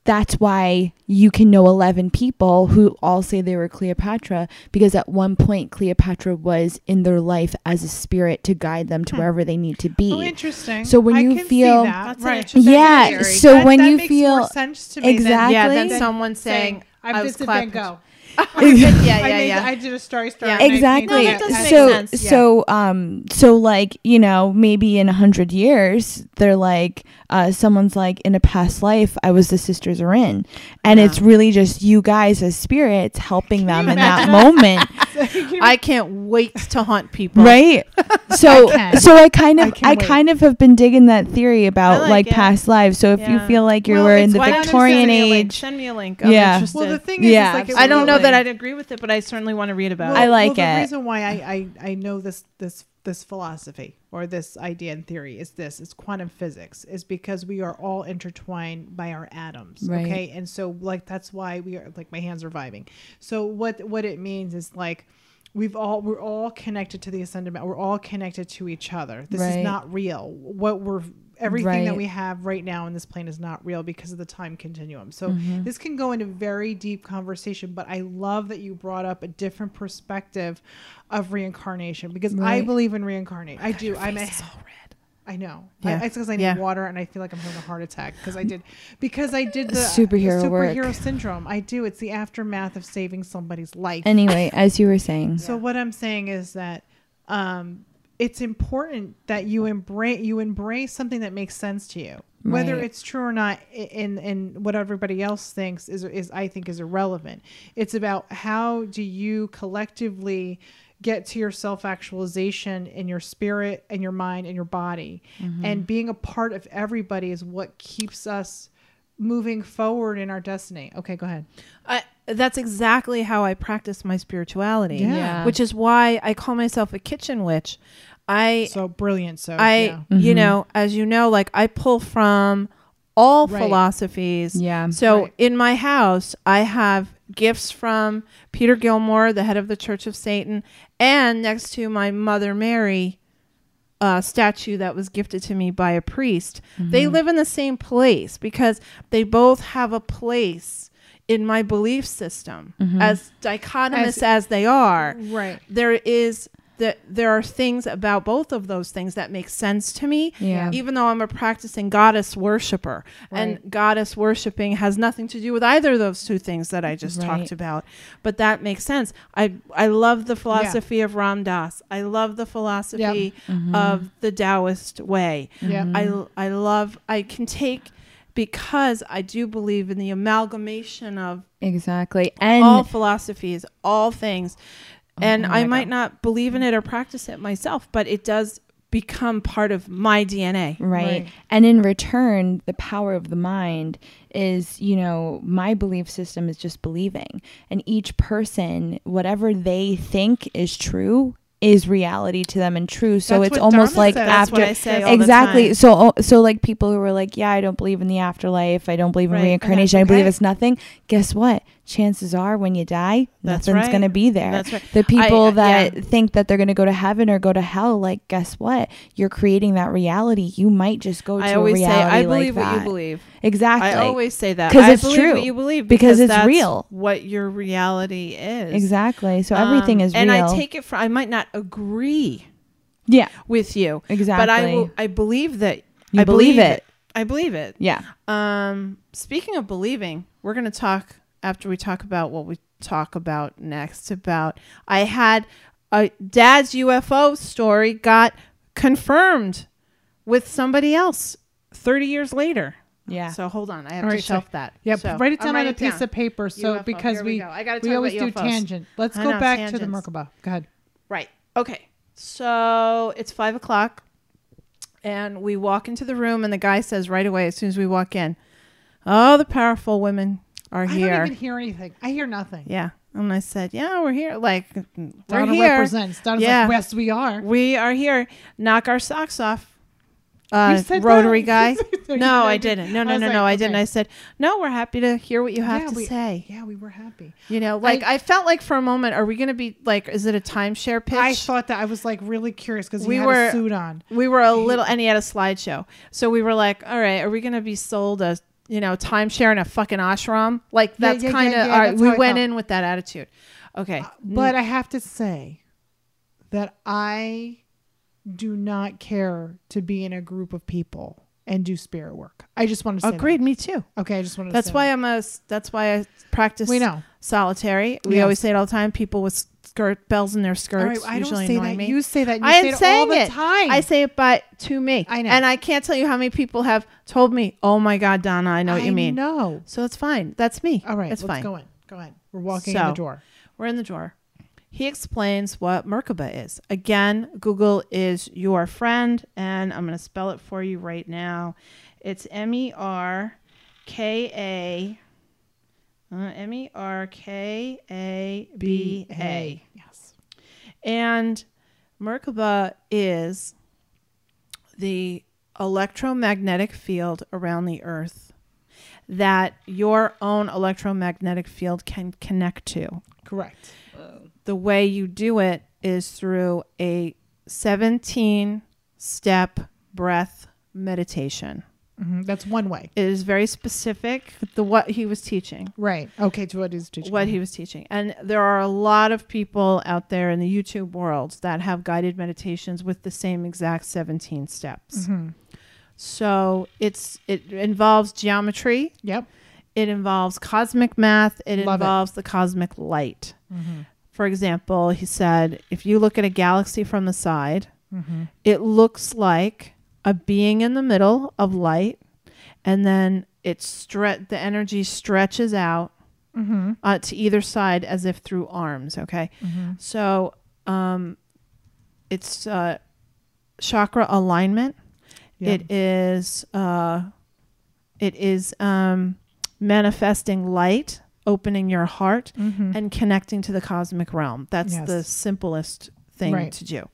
Speaker 3: that's why you can know 11 people who all say they were Cleopatra because at one point Cleopatra was in their life as a spirit to guide them to wherever they need to be.
Speaker 2: Oh, interesting.
Speaker 3: So when
Speaker 2: I
Speaker 3: you
Speaker 2: can see
Speaker 3: feel-
Speaker 2: that.
Speaker 1: That's an
Speaker 2: right.
Speaker 1: interesting
Speaker 3: Yeah,
Speaker 1: theory.
Speaker 3: so
Speaker 2: That-
Speaker 3: when
Speaker 2: that
Speaker 3: you
Speaker 2: makes more
Speaker 3: feel-
Speaker 2: sense to me than-
Speaker 3: Exactly.
Speaker 1: Yeah. Then
Speaker 3: Then
Speaker 1: someone saying,
Speaker 2: saying, I'm
Speaker 1: I was
Speaker 2: just a
Speaker 1: clapping.
Speaker 2: Van Gogh.
Speaker 1: yeah,
Speaker 2: I,
Speaker 1: yeah,
Speaker 2: made,
Speaker 1: yeah.
Speaker 2: I did a story story.
Speaker 1: Yeah.
Speaker 2: and I
Speaker 3: exactly.
Speaker 2: painted
Speaker 1: No, that
Speaker 2: it.
Speaker 1: does make
Speaker 3: so
Speaker 1: sense, yeah.
Speaker 3: so um so like you know maybe in a hundred years they're like uh someone's like in a past life I was the sisters are in and
Speaker 1: Yeah.
Speaker 3: it's really just you guys as spirits helping them
Speaker 2: you
Speaker 3: in that moment
Speaker 1: I can't wait to haunt people.
Speaker 3: right so
Speaker 2: I can.
Speaker 3: so I kind of
Speaker 2: I
Speaker 3: I,
Speaker 2: can wait.
Speaker 3: kind of have been digging that theory about
Speaker 1: like
Speaker 3: like,
Speaker 1: it.
Speaker 3: past lives so if
Speaker 1: Yeah.
Speaker 3: you feel like you
Speaker 1: Well,
Speaker 3: were in
Speaker 1: it's-
Speaker 3: the
Speaker 1: why don't you
Speaker 3: Victorian
Speaker 1: send me a link?
Speaker 3: age
Speaker 1: Send me a link. I'm
Speaker 3: Yeah.
Speaker 1: interested.
Speaker 2: Well, the thing is,
Speaker 3: Yeah,
Speaker 2: is like,
Speaker 1: I don't know that
Speaker 2: I.
Speaker 1: I'd agree with it, but I certainly want to read about
Speaker 3: I
Speaker 1: it.
Speaker 3: like
Speaker 2: well, The
Speaker 3: it.
Speaker 2: reason why I, I, I know this this this philosophy or this idea and theory is this is quantum physics is because we are all intertwined by our atoms.
Speaker 3: Right.
Speaker 2: Okay, and so like that's why we are like my hands are vibing. So what what it means is like. We've all we're all connected to the ascendant. ma- We're all connected to each other. This
Speaker 3: Right.
Speaker 2: is not real. What we're everything that
Speaker 3: Right.
Speaker 2: we have right now in this plane is not real because of the time continuum. So this can go into very deep conversation, but I love that you brought up a different perspective of reincarnation because I
Speaker 3: Right.
Speaker 2: believe in reincarnation. I do. I'm a, I know.
Speaker 1: Yeah.
Speaker 2: I, it's because I need
Speaker 1: Yeah.
Speaker 2: water and I feel like I'm having a heart attack because I did because I did the
Speaker 3: Superhero work.
Speaker 2: superhero syndrome. I do. It's the aftermath of saving somebody's life.
Speaker 3: anyway as you were saying
Speaker 2: So what I'm saying is that um, it's important that you embrace you embrace something that makes sense to you, whether
Speaker 3: Right.
Speaker 2: it's true or not. i- In in what everybody else thinks is is I think is irrelevant. It's about how do you collectively get to your self actualization in your spirit and your mind and your body,
Speaker 1: Mm-hmm.
Speaker 2: and being a part of everybody is what keeps us moving forward in our destiny. Okay, go ahead.
Speaker 1: I, that's exactly how I practice my spirituality,
Speaker 2: Yeah.
Speaker 3: Yeah.
Speaker 1: which is why I call myself a kitchen witch. I
Speaker 2: So brilliant. So
Speaker 1: I,
Speaker 2: yeah.
Speaker 3: Mm-hmm.
Speaker 1: you know, as you know, like I pull from all
Speaker 2: Right.
Speaker 1: philosophies.
Speaker 3: Yeah.
Speaker 1: So
Speaker 2: Right.
Speaker 1: in my house, I have gifts from Peter Gilmore, the head of the Church of Satan, and next to my Mother Mary uh, statue that was gifted to me by a priest. They live in the same place because they both have a place in my belief system, as dichotomous as, they are
Speaker 2: right.
Speaker 1: there is that there are things about both of those things that make sense to me
Speaker 3: Yeah.
Speaker 1: even though i'm a practicing goddess worshiper and goddess worshiping has nothing to do with either of those two things that i just talked
Speaker 3: Right.
Speaker 1: about but that makes sense i i love the philosophy of ram dass i love the philosophy
Speaker 3: Mm-hmm.
Speaker 1: of the taoist way
Speaker 2: Yeah.
Speaker 1: I, I love i can take because i do believe in the amalgamation of
Speaker 3: exactly and Oh
Speaker 1: all philosophies, all things. and I
Speaker 3: my
Speaker 1: might
Speaker 3: God.
Speaker 1: not believe in it or practice it myself, but it does become part of my DNA.
Speaker 3: right?
Speaker 2: Right.
Speaker 3: And in return, the power of the mind is, you know, my belief system is just believing. And each person, whatever they think is true, is reality to them and true. So
Speaker 2: That's
Speaker 3: it's
Speaker 2: what
Speaker 3: almost
Speaker 2: Dharma
Speaker 3: like
Speaker 2: says.
Speaker 1: That's
Speaker 3: after
Speaker 1: what I say all the
Speaker 3: exactly.
Speaker 1: time.
Speaker 3: So oh, so like people who were like, yeah, I don't believe in the afterlife. I don't believe in
Speaker 1: Right.
Speaker 3: reincarnation.
Speaker 2: Okay.
Speaker 3: I believe it's nothing. Guess what? Chances are when you die,
Speaker 1: That's
Speaker 3: nothing's
Speaker 1: right.
Speaker 3: going to be there.
Speaker 1: That's right.
Speaker 3: The people
Speaker 1: I-
Speaker 3: that
Speaker 1: yeah.
Speaker 3: think that they're going to go to heaven or go to hell, like, guess what? You're creating that reality. You might just go to
Speaker 1: I always say,
Speaker 3: a reality
Speaker 1: I believe
Speaker 3: like
Speaker 1: what you
Speaker 3: that."
Speaker 1: believe.
Speaker 3: Exactly.
Speaker 1: I always say that
Speaker 3: 'Cause
Speaker 1: I
Speaker 3: it's
Speaker 1: believe
Speaker 3: true.
Speaker 1: What you believe
Speaker 3: Because it's
Speaker 1: that's
Speaker 3: real.
Speaker 1: What your reality is
Speaker 3: exactly. So everything
Speaker 1: Um,
Speaker 3: is real.
Speaker 1: And I take it from. I might not agree
Speaker 3: yeah,
Speaker 1: with you,
Speaker 3: exactly.
Speaker 1: but I will. I believe that.
Speaker 3: You
Speaker 1: I
Speaker 3: believe it.
Speaker 1: I believe it.
Speaker 3: yeah,
Speaker 1: Um, speaking of believing, we're going to talk after we talk about what we talk about next. About I had a dad's UFO story got confirmed with somebody else 30 years later.
Speaker 3: yeah.
Speaker 1: So hold on, I have
Speaker 2: All
Speaker 1: to
Speaker 2: right,
Speaker 1: shelf
Speaker 2: so-
Speaker 1: that.
Speaker 2: Yeah,
Speaker 1: So,
Speaker 2: write it
Speaker 1: I'll
Speaker 2: down on a piece
Speaker 1: down.
Speaker 2: of paper. So
Speaker 1: UFO,
Speaker 2: because
Speaker 1: here we
Speaker 2: we
Speaker 1: go. I gotta
Speaker 2: we
Speaker 1: talk
Speaker 2: always
Speaker 1: about
Speaker 2: do
Speaker 1: UFOs.
Speaker 2: tangent. Let's
Speaker 1: I
Speaker 2: go
Speaker 1: know,
Speaker 2: back to the
Speaker 1: tangents.
Speaker 2: Merkaba. Go ahead.
Speaker 1: Right. Okay. So it's five o'clock, and we walk into the room, and the guy says right away, as soon as we walk in, "Oh, the powerful women are
Speaker 2: I
Speaker 1: here."
Speaker 2: don't even hear anything. I hear nothing.
Speaker 1: Yeah. And I said, Yeah, we're here. Like, we're
Speaker 2: Donna
Speaker 1: here.
Speaker 2: represents. Donna's
Speaker 1: Yeah.
Speaker 2: like, yes, we are.
Speaker 1: We are here. Knock our socks off. Uh,
Speaker 2: You said
Speaker 1: rotary
Speaker 2: that?
Speaker 1: guy. no,
Speaker 2: You said
Speaker 1: I
Speaker 2: you did.
Speaker 1: didn't. No,
Speaker 2: I
Speaker 1: no,
Speaker 2: was
Speaker 1: no,
Speaker 2: like,
Speaker 1: no. I
Speaker 2: okay.
Speaker 1: didn't. I said, no, we're happy to hear what you have
Speaker 2: Yeah,
Speaker 1: to
Speaker 2: we-
Speaker 1: say.
Speaker 2: Yeah, we were happy.
Speaker 1: You know, like I,
Speaker 2: I-
Speaker 1: felt like for a moment, are we going to be like, is it a timeshare pitch?
Speaker 2: I thought that I was like really curious because
Speaker 1: We
Speaker 2: he had
Speaker 1: were-
Speaker 2: a suit on.
Speaker 1: we were a little, and he had a slideshow. So we were like, all right, are we going to be sold a, you know, timeshare in a fucking ashram? Like
Speaker 2: Yeah,
Speaker 1: that's
Speaker 2: yeah, yeah,
Speaker 1: kind of,
Speaker 2: yeah,
Speaker 1: our,
Speaker 2: that's
Speaker 1: we
Speaker 2: how I
Speaker 1: went
Speaker 2: felt. Uh,
Speaker 1: in with that attitude. Okay.
Speaker 2: But I have to say that I do not care to be in a group of people. and do spirit work. I just want to say that.
Speaker 1: Agreed. Me too.
Speaker 2: Okay, I just wanted.
Speaker 1: Mm. That's
Speaker 2: to say
Speaker 1: why
Speaker 2: that.
Speaker 1: I'm a. s- That's why I practice.
Speaker 2: we know.
Speaker 1: solitary. We
Speaker 2: Yes.
Speaker 1: always say it all the time. People with skirt bells in their
Speaker 2: All
Speaker 1: skirts
Speaker 2: right, I don't
Speaker 1: usually
Speaker 2: say
Speaker 1: annoy
Speaker 2: that.
Speaker 1: me.
Speaker 2: You say that. You
Speaker 1: I
Speaker 2: say
Speaker 1: am
Speaker 2: it all
Speaker 1: saying
Speaker 2: the
Speaker 1: it.
Speaker 2: time.
Speaker 1: I say it, but to me,
Speaker 2: I know.
Speaker 1: and I can't tell you how many people have told me, "Oh my God, Donna, I know what
Speaker 2: I
Speaker 1: you mean."
Speaker 2: know.
Speaker 1: So it's fine. That's me.
Speaker 2: All right,
Speaker 1: it's
Speaker 2: let's
Speaker 1: fine.
Speaker 2: go in. Go ahead. We're walking in
Speaker 1: So-
Speaker 2: the door.
Speaker 1: We're in the drawer. He explains what Merkaba is. Again, Google is your friend, and I'm going to spell it for you right now. It's M E R K A M E R K A B A.
Speaker 2: Yes.
Speaker 1: And Merkaba is the electromagnetic field around the earth that your own electromagnetic field can connect to
Speaker 2: Correct.
Speaker 1: the way you do it is through a 17 step breath meditation.
Speaker 2: Mhm. That's one way.
Speaker 1: It is very specific the what he was teaching.
Speaker 2: Right. Okay. To what is teaching?
Speaker 1: What he was teaching. And there are a lot of people out there in the YouTube world that have guided meditations with the same exact 17 steps.
Speaker 2: Mhm.
Speaker 1: So it's it involves geometry,
Speaker 2: Yep.
Speaker 1: it involves cosmic math, it
Speaker 2: Love it. Mm-hmm.
Speaker 1: involves the cosmic light. For example, he said, if you look at a galaxy from the side,
Speaker 2: Mm-hmm.
Speaker 1: it looks like a being in the middle of light, and then it stre- the energy stretches out
Speaker 2: Mm-hmm.
Speaker 1: uh, to either side as if through arms. Okay, so um, it's uh, chakra alignment.
Speaker 2: Yeah.
Speaker 1: It is uh, it is um, manifesting light, opening your heart,
Speaker 2: Mhm.
Speaker 1: and connecting to the cosmic realm. That's
Speaker 2: Yes.
Speaker 1: the simplest thing
Speaker 2: Right.
Speaker 1: to do.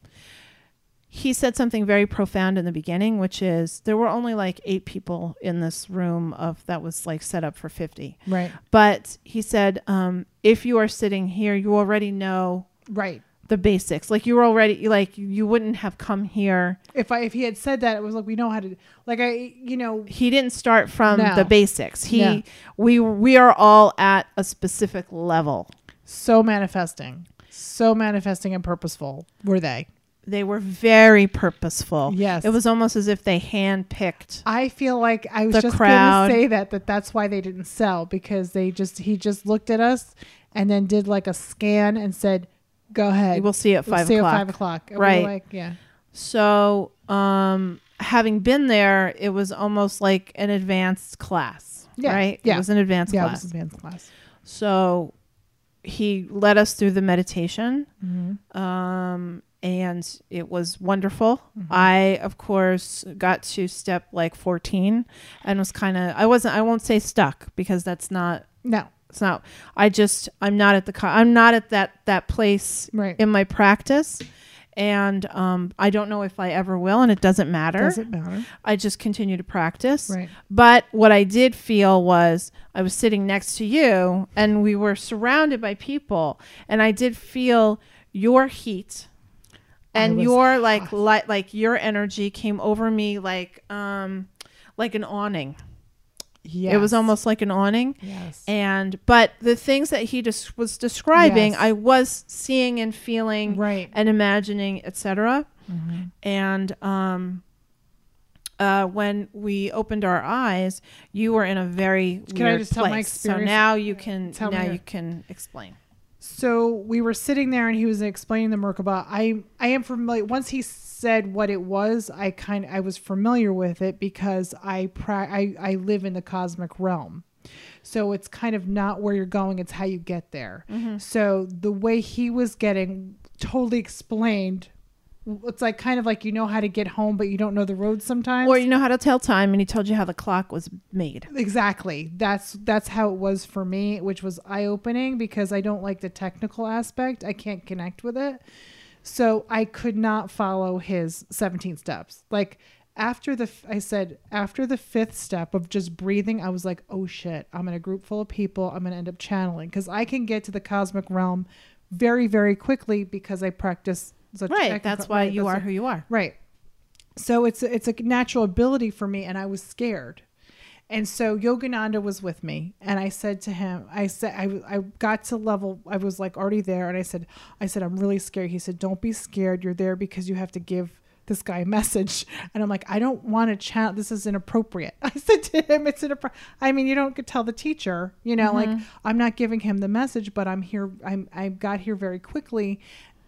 Speaker 1: He said something very profound in the beginning, which is there were only like eight people in this room of that was like set up for fifty.
Speaker 2: Right.
Speaker 1: But he said, um, if you are sitting here, you already know
Speaker 2: Right.
Speaker 1: the basics. Like you were already like you wouldn't have come here.
Speaker 2: If I if he had said that, it was like we know how to like I you know
Speaker 1: He didn't start from
Speaker 2: No.
Speaker 1: the basics. He
Speaker 2: No.
Speaker 1: we we are all at a specific level.
Speaker 2: so manifesting, so manifesting and purposeful were they.
Speaker 1: They were very purposeful.
Speaker 2: Yes.
Speaker 1: It was almost as if they handpicked.
Speaker 2: I feel like I was
Speaker 1: The
Speaker 2: just
Speaker 1: crowd.
Speaker 2: going to say that that that's why they didn't sell because they just he just looked at us and then did like a scan and said, "Go ahead,
Speaker 1: We'll see at
Speaker 2: We'll
Speaker 1: 5
Speaker 2: see you
Speaker 1: o'clock.
Speaker 2: at five o'clock." And we were
Speaker 1: Right.
Speaker 2: like, yeah,
Speaker 1: So, um, having been there, it was almost like an advanced class,
Speaker 2: Yeah.
Speaker 1: right?
Speaker 2: Yeah.
Speaker 1: It was an advanced
Speaker 2: yeah, it
Speaker 1: class.
Speaker 2: was advanced class.
Speaker 1: So, he led us through the meditation,
Speaker 2: hmm
Speaker 1: um, and it was wonderful.
Speaker 2: Mm-hmm.
Speaker 1: I, of course, got to step like 14 and was kind of, I wasn't, I won't say stuck because that's not,
Speaker 2: No,
Speaker 1: it's not, I just, I'm not at the, co- I'm not at that, that place
Speaker 2: right?
Speaker 1: in my practice and um, i don't know if i ever will and it doesn't matter
Speaker 2: Doesn't matter,
Speaker 1: i just continue to practice
Speaker 2: right?
Speaker 1: but what i did feel was i was sitting next to you and we were surrounded by people and i did feel your heat
Speaker 2: I
Speaker 1: and
Speaker 2: was
Speaker 1: your like
Speaker 2: hot.
Speaker 1: li- like your energy came over me like um like an awning
Speaker 2: Yeah,
Speaker 1: it was almost like an awning
Speaker 2: yes,
Speaker 1: and but the things that he just was describing
Speaker 2: Yes.
Speaker 1: i was seeing and feeling
Speaker 2: right.
Speaker 1: and imagining, etc.
Speaker 2: Mhm.
Speaker 1: And um, uh, when we opened our eyes, you were in a very
Speaker 2: Can I
Speaker 1: weird
Speaker 2: just
Speaker 1: place.
Speaker 2: tell my
Speaker 1: So
Speaker 2: experience?
Speaker 1: now you can
Speaker 2: Tell me
Speaker 1: now
Speaker 2: your-
Speaker 1: you can explain.
Speaker 2: So we were sitting there, and he was explaining the Merkaba. I I am familiar. Once he said what it was, I kind I was familiar with it because I pra- I I live in the cosmic realm, so it's kind of not where you're going; it's how you get there.
Speaker 1: Mm-hmm.
Speaker 2: So the way he was getting totally explained, it's like kind of like you know how to get home, but you don't know the road sometimes.
Speaker 1: Or you know how to tell time, and he told you how the clock was made.
Speaker 2: Exactly. That's that's how it was for me, which was eye opening because I don't like the technical aspect. I can't connect with it. So I could not follow his 17 steps. Like after the f- I said after the fifth step of just breathing, I was like, "Oh shit, I'm in a group full of people. I'm going to end up channeling cuz I can get to the cosmic realm very very quickly because I practice such
Speaker 1: Right.
Speaker 2: technical-
Speaker 1: That's why
Speaker 2: right,
Speaker 1: you
Speaker 2: that's
Speaker 1: are who you are.
Speaker 2: Right. So it's a, it's a natural ability for me, and I was scared. And so Yogananda was with me, and I said to him, I said, I, I got to level, I was like already there, and I said, I said, I'm really scared. He said, Don't be scared. You're there because you have to give this guy a message, and I'm like, I don't want to chat. This is inappropriate. I said to him, it's inappropriate. I mean, you don't tell the teacher, you know, like I'm not giving him the message, but I'm here. I'm I got here very quickly,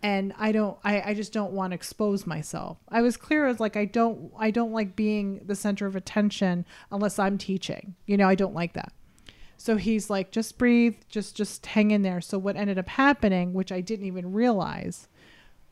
Speaker 2: and I don't. I I just don't want to expose myself. I was clear as like I don't. I don't like being the center of attention unless I'm teaching. You know, I don't like that. So he's like, just breathe, just just hang in there. So what ended up happening, which I didn't even realize,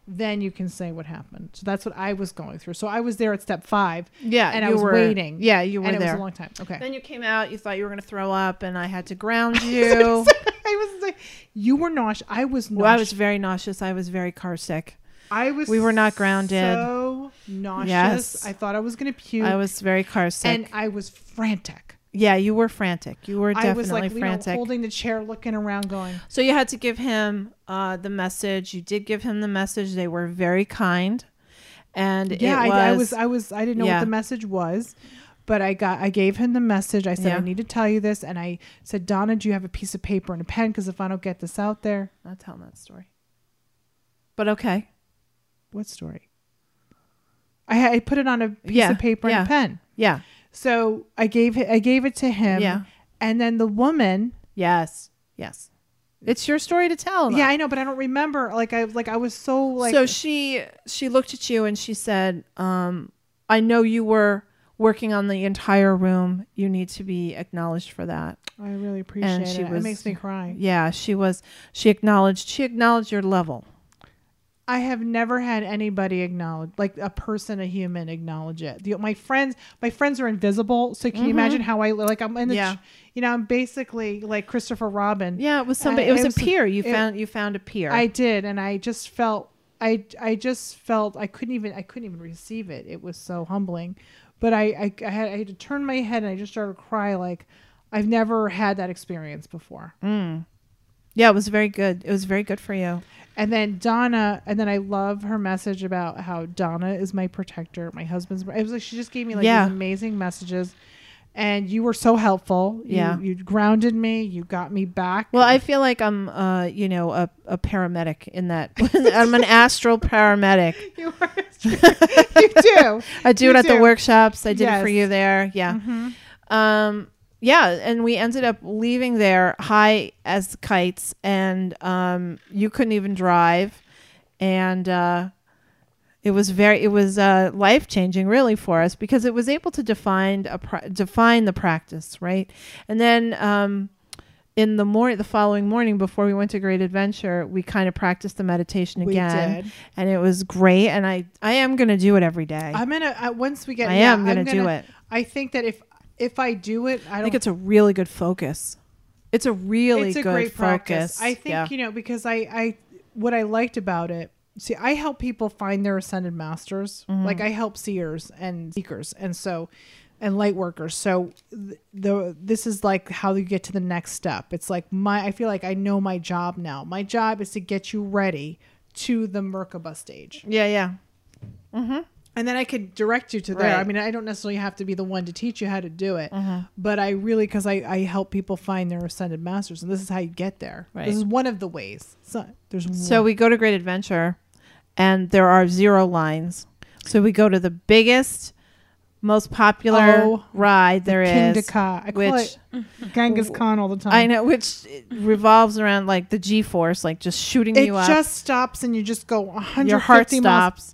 Speaker 2: then you can say what happened. So that's what I was going through. So I was there at step five.
Speaker 1: Yeah,
Speaker 2: and I
Speaker 1: you
Speaker 2: was
Speaker 1: were-
Speaker 2: waiting.
Speaker 1: yeah, you were
Speaker 2: and it
Speaker 1: there.
Speaker 2: was a long time. Okay,
Speaker 1: Then you came out. You thought you were going to throw up, and I had to ground you.
Speaker 2: I was like, you were nauseous. I was nauseous.
Speaker 1: Well, I was very nauseous. I was very car sick.
Speaker 2: I was.
Speaker 1: we were not grounded.
Speaker 2: So nauseous.
Speaker 1: Yes.
Speaker 2: I thought I was gonna puke.
Speaker 1: I was very car sick.
Speaker 2: and I was frantic.
Speaker 1: yeah, you were frantic. You were
Speaker 2: I
Speaker 1: definitely
Speaker 2: was like, you know,
Speaker 1: frantic.
Speaker 2: holding the chair, looking around, going,
Speaker 1: so you had to give him uh, the message. You did give him the message. They were very kind, and
Speaker 2: yeah
Speaker 1: it was,
Speaker 2: I, I was i was i didn't know
Speaker 1: Yeah.
Speaker 2: what the message was but i got i gave him the message i said
Speaker 1: Yeah.
Speaker 2: i need to tell you this and i said donna do you have a piece of paper and a pen because if i don't get this out there
Speaker 1: not telling that story. But okay,
Speaker 2: what story i, ha- I put it on a piece
Speaker 1: Yeah,
Speaker 2: of paper
Speaker 1: yeah.
Speaker 2: and a pen
Speaker 1: yeah,
Speaker 2: so i gave it i gave it to him
Speaker 1: Yeah.
Speaker 2: and then the woman
Speaker 1: yes, yes. It's your story to tell. though.
Speaker 2: yeah i know but i don't remember like i like i was so like
Speaker 1: so she she looked at you and she said, um, "I know you were working on the entire room. You need to be acknowledged for that."
Speaker 2: i really appreciate
Speaker 1: and she
Speaker 2: it
Speaker 1: was-
Speaker 2: it makes me cry
Speaker 1: Yeah, she was. She acknowledged. She acknowledged your level.
Speaker 2: I have never had anybody acknowledge, like a person, a human, acknowledge it. The, my friends, my friends are invisible. So can you imagine how I like? I'm in
Speaker 1: Mm-hmm.
Speaker 2: the,
Speaker 1: Yeah.
Speaker 2: ch- you know, I'm basically like Christopher Robin.
Speaker 1: Yeah, it was somebody.
Speaker 2: I-
Speaker 1: it was
Speaker 2: it
Speaker 1: a
Speaker 2: was-
Speaker 1: peer. You
Speaker 2: it-
Speaker 1: found you found a peer.
Speaker 2: I did, and I just felt, I, I just felt I couldn't even, I couldn't even receive it. It was so humbling, but I, I, I had, I had to turn my head and I just started to cry. Like I've never had that experience before.
Speaker 1: yeah, it was very good. It was very good for you.
Speaker 2: And then Donna, and then I love her message about how Donna is my protector, my husband's. It was like she just gave me like
Speaker 1: Yeah.
Speaker 2: these amazing messages, and you were so helpful. You-
Speaker 1: Yeah.
Speaker 2: you grounded me. You got me back.
Speaker 1: Well, I feel like I'm, uh, you know, a, a paramedic in that. I'm an astral paramedic.
Speaker 2: you, were, you do.
Speaker 1: I do
Speaker 2: You
Speaker 1: it at the
Speaker 2: do.
Speaker 1: workshops. I did it for
Speaker 2: Yes.
Speaker 1: you there. Yeah.
Speaker 2: Mm-hmm.
Speaker 1: Um, yeah, and we ended up leaving there high as kites, and um, you couldn't even drive, and uh, it was very, it was uh, life changing really for us because it was able to define a pra- define the practice, right? And then um, in the morning, the following morning, before we went to Great Adventure, we kind of practiced the meditation
Speaker 2: We
Speaker 1: again,
Speaker 2: did.
Speaker 1: and it was great. And I, I am gonna do it every day.
Speaker 2: I'm gonna I, once we get.
Speaker 1: I
Speaker 2: yeah,
Speaker 1: am gonna
Speaker 2: I'm
Speaker 1: do it.
Speaker 2: I think that if if I do it, I
Speaker 1: I
Speaker 2: don't
Speaker 1: think it's a really good focus. Oh. It's a really
Speaker 2: it's a
Speaker 1: good
Speaker 2: great
Speaker 1: focus.
Speaker 2: practice. I think
Speaker 1: Yeah.
Speaker 2: you know because I I what I liked about it. See, I help people find their ascended masters.
Speaker 1: Mm-hmm.
Speaker 2: Like I help seers and seekers, and so and light workers. So th- the this is like how you get to the next step. It's like my I feel like I know my job now. My job is to get you ready to the Merkaba stage
Speaker 1: yeah, yeah.
Speaker 2: and then I could direct you to there.
Speaker 1: Right. Mm-hmm.
Speaker 2: I mean, I don't necessarily have to be the one to teach you how to do it, but I really because I, I help people find their ascended masters, and this is how you get there.
Speaker 1: Right.
Speaker 2: This is one of the ways. So there's
Speaker 1: So we go to Great Adventure, and there are zero lines. So we go to the biggest, most popular
Speaker 2: Oh,
Speaker 1: ride there is.
Speaker 2: Kindaka. I call
Speaker 1: which-
Speaker 2: it Genghis Khan all the time.
Speaker 1: I know, which revolves around like the G-force, like just shooting
Speaker 2: It
Speaker 1: you up.
Speaker 2: just stops, and you just go 150
Speaker 1: Your heart
Speaker 2: miles.
Speaker 1: stops.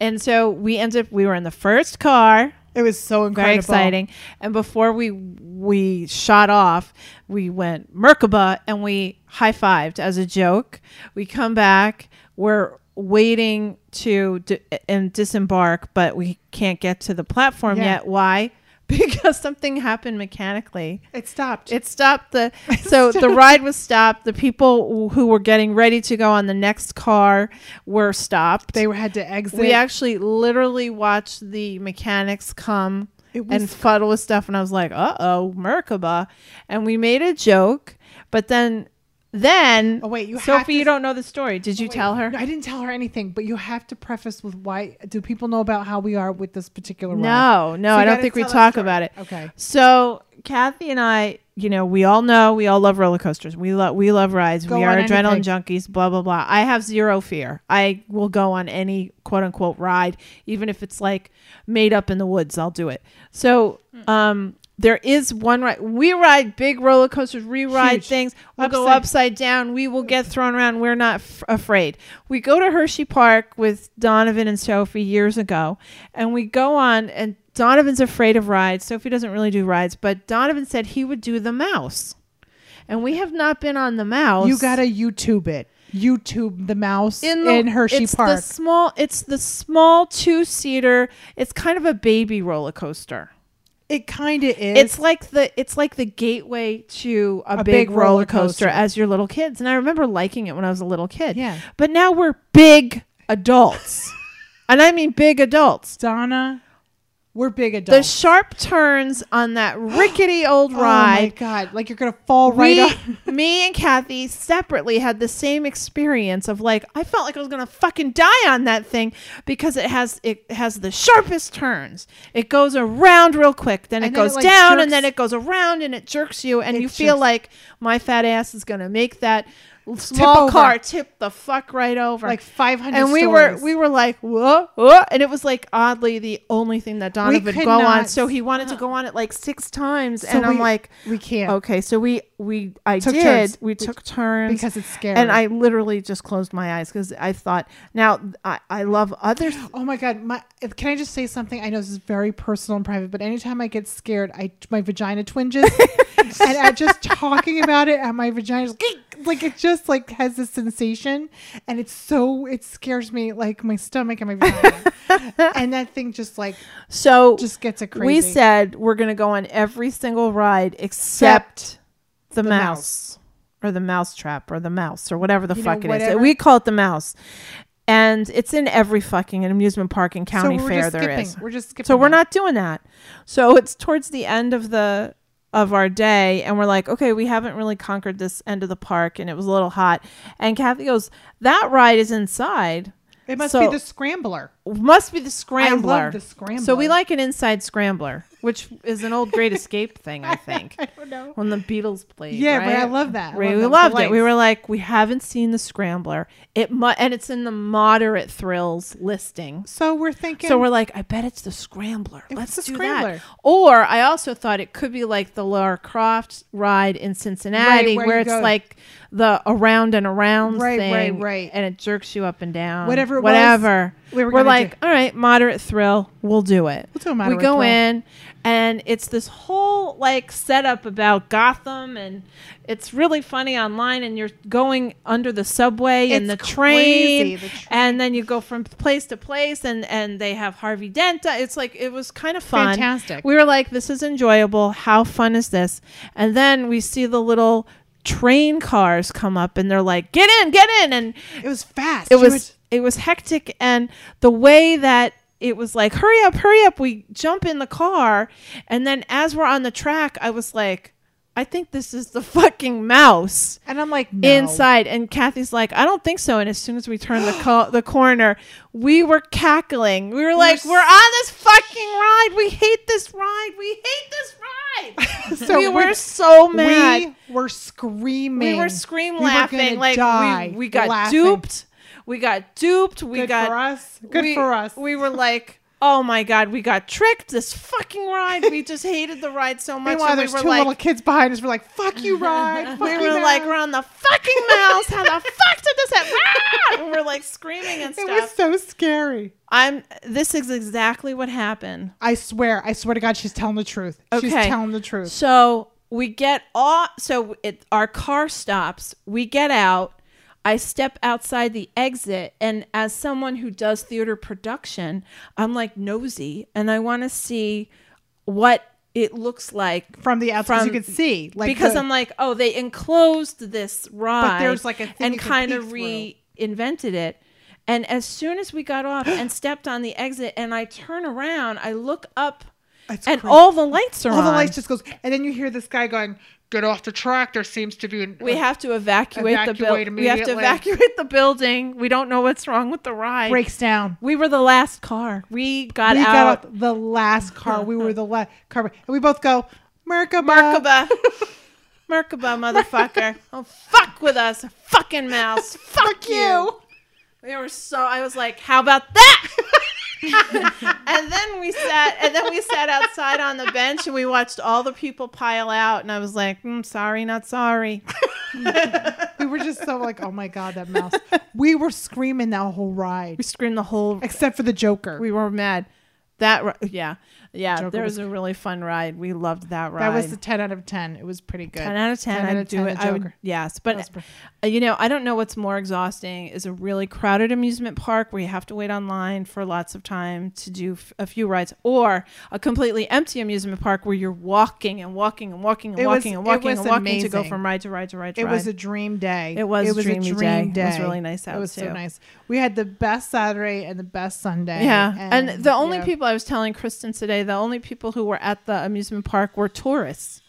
Speaker 1: And so we ended up. We were in the first car.
Speaker 2: It was so incredible.
Speaker 1: very exciting. And before we we shot off, we went Merkaba and we high fived as a joke. We come back, we're waiting to di- and disembark, but we can't get to the platform
Speaker 2: Yeah.
Speaker 1: yet. Why? Because something happened mechanically.
Speaker 2: It stopped.
Speaker 1: It stopped the so the ride was stopped. The people who were getting ready to go on the next car were stopped
Speaker 2: they were- had to exit.
Speaker 1: we actually literally watched the mechanics come
Speaker 2: It was-
Speaker 1: and fuddle with stuff and i was like uh-oh merkaba and we made a joke but then then
Speaker 2: Oh, wait, you have
Speaker 1: sophie
Speaker 2: to- Oh,
Speaker 1: you don't know the story did you tell her
Speaker 2: I didn't tell her anything, but you have to preface with why. Do people know about how we are with this particular ride?
Speaker 1: no no
Speaker 2: So you
Speaker 1: i don't
Speaker 2: gotta
Speaker 1: think we
Speaker 2: tell that
Speaker 1: talk
Speaker 2: story.
Speaker 1: about it
Speaker 2: Okay.
Speaker 1: so kathy and i you know, we all know we all love roller coasters. We love we love rides.
Speaker 2: Go
Speaker 1: we are
Speaker 2: on
Speaker 1: adrenaline
Speaker 2: anything.
Speaker 1: junkies. Blah blah blah. I have zero fear. I will go on any quote unquote ride, even if it's like made up in the woods. I'll do it. So
Speaker 2: Mm.
Speaker 1: um, there is one ride. We ride big roller coasters. We ride
Speaker 2: Huge.
Speaker 1: things. We'll go
Speaker 2: Upside-
Speaker 1: upside down. We will get thrown around. We're not f- afraid. We go to Hershey Park with Donovan and Sophie years ago, and we go on. And Donovan's afraid of rides. Sophie doesn't really do rides, but Donovan said he would do the mouse, and we have not been on the mouse.
Speaker 2: You gotta YouTube it. YouTube the mouse in, Hershey
Speaker 1: it's The
Speaker 2: Park.
Speaker 1: small. It's the small two seater. It's kind of a baby roller coaster.
Speaker 2: it kind of is.
Speaker 1: it's like the it's like the gateway to a, big, roller coaster, as your little kids and i remember liking it when i was a little kid
Speaker 2: Yeah.
Speaker 1: but now we're big adults and i mean big adults
Speaker 2: Donna. We're big
Speaker 1: the
Speaker 2: adults.
Speaker 1: sharp turns on that rickety old
Speaker 2: Oh my
Speaker 1: ride
Speaker 2: god! Like you're gonna fall right
Speaker 1: we,
Speaker 2: off.
Speaker 1: me and Kathy separately had the same experience of like I felt like I was gonna fucking die on that thing because it has it has the sharpest turns. It goes around real quick, then it
Speaker 2: And then it,
Speaker 1: goes
Speaker 2: like,
Speaker 1: down,
Speaker 2: jerks-
Speaker 1: and then it goes around, and it jerks you, and
Speaker 2: It
Speaker 1: you feel
Speaker 2: jerks.
Speaker 1: like my fat ass is gonna make that l- small
Speaker 2: over.
Speaker 1: car tip the fuck right over.
Speaker 2: Like 500
Speaker 1: and we
Speaker 2: stories.
Speaker 1: were we were like whoa, whoa, and it was like oddly the only thing that Donovan would
Speaker 2: could
Speaker 1: go on.
Speaker 2: not
Speaker 1: So he wanted to go on it like six times,
Speaker 2: So
Speaker 1: and I'm
Speaker 2: we-
Speaker 1: like,
Speaker 2: we can't.
Speaker 1: Okay, so we we I
Speaker 2: Took
Speaker 1: did
Speaker 2: turns.
Speaker 1: we took turns
Speaker 2: because it's scary.
Speaker 1: and I literally just closed my eyes because I thought now I I love other
Speaker 2: Oh my god! My if- can I just say something? I know this is very personal and private, but anytime I get scared, I my vagina twinges, and I'm just talking about it, and my vagina's like, like it just like has this sensation, and it's so it scares me like my stomach and my vagina, and that thing just like
Speaker 1: so
Speaker 2: just gets it crazy.
Speaker 1: we said we're gonna go on every single ride except the, mouse. or the mouse trap or the mouse or whatever the
Speaker 2: You know,
Speaker 1: fuck it is.
Speaker 2: whatever.
Speaker 1: We call it the mouse, and it's in every fucking amusement park and
Speaker 2: so
Speaker 1: county
Speaker 2: we're
Speaker 1: fair
Speaker 2: just
Speaker 1: there
Speaker 2: skipping.
Speaker 1: is.
Speaker 2: We're just skipping.
Speaker 1: So we're
Speaker 2: that.
Speaker 1: not doing that. So it's towards the end of the of our day and we're like, okay, we haven't really conquered this end of the park and it was a little hot. And Kathy goes, That ride is inside.
Speaker 2: It must
Speaker 1: so-
Speaker 2: be the scrambler.
Speaker 1: Must be the scrambler.
Speaker 2: the scrambler.
Speaker 1: So we like an inside scrambler, which is an old great escape thing, I think.
Speaker 2: I don't know.
Speaker 1: When the Beatles played.
Speaker 2: Yeah,
Speaker 1: right?
Speaker 2: but I love that. I
Speaker 1: We
Speaker 2: love that.
Speaker 1: loved
Speaker 2: The
Speaker 1: it. We
Speaker 2: lights.
Speaker 1: were like, we haven't seen the scrambler. It mu- and it's in the moderate thrills listing.
Speaker 2: So we're thinking.
Speaker 1: So we're like, I bet it's the Scrambler.
Speaker 2: It
Speaker 1: Let's
Speaker 2: was the
Speaker 1: do
Speaker 2: Scrambler.
Speaker 1: that. Or I also thought it could be like the Lara Croft ride in Cincinnati,
Speaker 2: Right, where
Speaker 1: where,
Speaker 2: you
Speaker 1: it's
Speaker 2: go-
Speaker 1: like the around and around
Speaker 2: Right,
Speaker 1: thing,
Speaker 2: right, right.
Speaker 1: and it jerks you up and down,
Speaker 2: Whatever it was,
Speaker 1: whatever.
Speaker 2: we were
Speaker 1: are
Speaker 2: gonna
Speaker 1: like, all right, moderate thrill, we'll do it.
Speaker 2: We'll do a
Speaker 1: we
Speaker 2: moderate
Speaker 1: go
Speaker 2: thrill.
Speaker 1: in, and it's this whole like setup about Gotham, and it's really funny online. And you're going under the subway and the
Speaker 2: It's
Speaker 1: train,
Speaker 2: crazy, the train.
Speaker 1: and then you go from place to place and and they have harvey dent Uh, it's like it was kind of fun
Speaker 2: Fantastic.
Speaker 1: we were like this is enjoyable how fun is this and then we see the little train cars come up and they're like get in get in and
Speaker 2: it was fast.
Speaker 1: it
Speaker 2: You
Speaker 1: was it was hectic and the way that it was like hurry up hurry up we jump in the car and then as we're on the track i was like i think this is the fucking mouse
Speaker 2: were- and I'm like no.
Speaker 1: inside and Kathy's like I don't think so and as soon as we turned the co- the corner we were cackling we were like
Speaker 2: s-
Speaker 1: we're on this fucking ride we hate this ride we hate this ride
Speaker 2: So
Speaker 1: we
Speaker 2: we-
Speaker 1: were so mad
Speaker 2: We were screaming.
Speaker 1: we were scream
Speaker 2: We were
Speaker 1: laughing
Speaker 2: gonna
Speaker 1: like
Speaker 2: die
Speaker 1: we, we got
Speaker 2: laughing.
Speaker 1: duped we got duped we
Speaker 2: Good
Speaker 1: got
Speaker 2: for us. Good
Speaker 1: we-
Speaker 2: for us.
Speaker 1: we were like Oh my God! We got tricked. This fucking ride. We just hated the ride so much.
Speaker 2: Meanwhile,
Speaker 1: and we
Speaker 2: there's
Speaker 1: were
Speaker 2: two
Speaker 1: like,
Speaker 2: little kids behind us. We're like, "Fuck you, ride!" Fuck
Speaker 1: we
Speaker 2: you,
Speaker 1: were like,
Speaker 2: Ride."
Speaker 1: we're on the fucking mouse. How the fuck did this happen? Ah! And we're like screaming and
Speaker 2: it
Speaker 1: stuff.
Speaker 2: was so scary.
Speaker 1: I'm. This is exactly what happened.
Speaker 2: I swear, I swear to God, she's telling the truth. She's
Speaker 1: Okay.
Speaker 2: telling the truth.
Speaker 1: So we get off. So it, our car stops. We get out. I step outside the exit, and as someone who does theater production, I'm like nosy, and I want to see what it looks like
Speaker 2: From the outside, 'cause
Speaker 1: From-
Speaker 2: you could see, like,
Speaker 1: because
Speaker 2: the-
Speaker 1: I'm like, oh, they enclosed this ride,
Speaker 2: there's, like, a thing
Speaker 1: and
Speaker 2: you can
Speaker 1: kind of
Speaker 2: peek
Speaker 1: reinvented it. And as soon as we got off and stepped on the exit, and I turn around, I look up,
Speaker 2: It's
Speaker 1: and
Speaker 2: crazy.
Speaker 1: all the lights are
Speaker 2: all
Speaker 1: on.
Speaker 2: the lights just goes, and then you hear this guy going, "Get off the track." There seems to be. An,
Speaker 1: we have to evacuate, the
Speaker 2: Evacuate
Speaker 1: building. We have to
Speaker 2: immediately.
Speaker 1: evacuate the building. We don't know what's wrong with the ride.
Speaker 2: breaks down.
Speaker 1: We were the last car. We got
Speaker 2: we got
Speaker 1: out.
Speaker 2: off the last car. We were the last car, and we both go, "Merkaba."
Speaker 1: Merkaba. Merkaba, motherfucker. oh, fuck with us, fucking mouse. Fuck,
Speaker 2: Fuck
Speaker 1: you.
Speaker 2: you.
Speaker 1: They were so. I was like, how about that? and then we sat. And then we sat outside on the bench and we watched all the people pile out. And I was like, mm, sorry, not sorry.
Speaker 2: We were just so like, oh my god, that mouse. We were screaming that whole ride,
Speaker 1: We screamed the whole.
Speaker 2: except for the Joker.
Speaker 1: We were mad. That ri- yeah yeah.
Speaker 2: Joker
Speaker 1: there
Speaker 2: was-
Speaker 1: was a really fun ride. We loved that ride.
Speaker 2: that was the ten out of ten. It was pretty good.
Speaker 1: 10 out of 10,
Speaker 2: 10 out
Speaker 1: I'd
Speaker 2: of
Speaker 1: do
Speaker 2: 10,
Speaker 1: it.
Speaker 2: the
Speaker 1: I would,
Speaker 2: Joker.
Speaker 1: yes,
Speaker 2: That
Speaker 1: but
Speaker 2: was pretty-
Speaker 1: uh, you know, I don't know what's more exhausting is a really crowded amusement park where you have to wait online for lots of time to do f- a few rides, or a completely empty amusement park where you're walking and walking and walking and
Speaker 2: It was-
Speaker 1: walking and
Speaker 2: it
Speaker 1: walking and
Speaker 2: was
Speaker 1: walking to go
Speaker 2: amazing.
Speaker 1: from ride to ride to ride to
Speaker 2: It
Speaker 1: ride.
Speaker 2: was a dream day.
Speaker 1: It was dreamy day. It was really nice
Speaker 2: It
Speaker 1: out,
Speaker 2: was so
Speaker 1: too.
Speaker 2: nice. We had the best Saturday and the best Sunday.
Speaker 1: yeah, and, the only
Speaker 2: yeah.
Speaker 1: people I was telling Kristen today, the only people who were at the amusement park were tourists.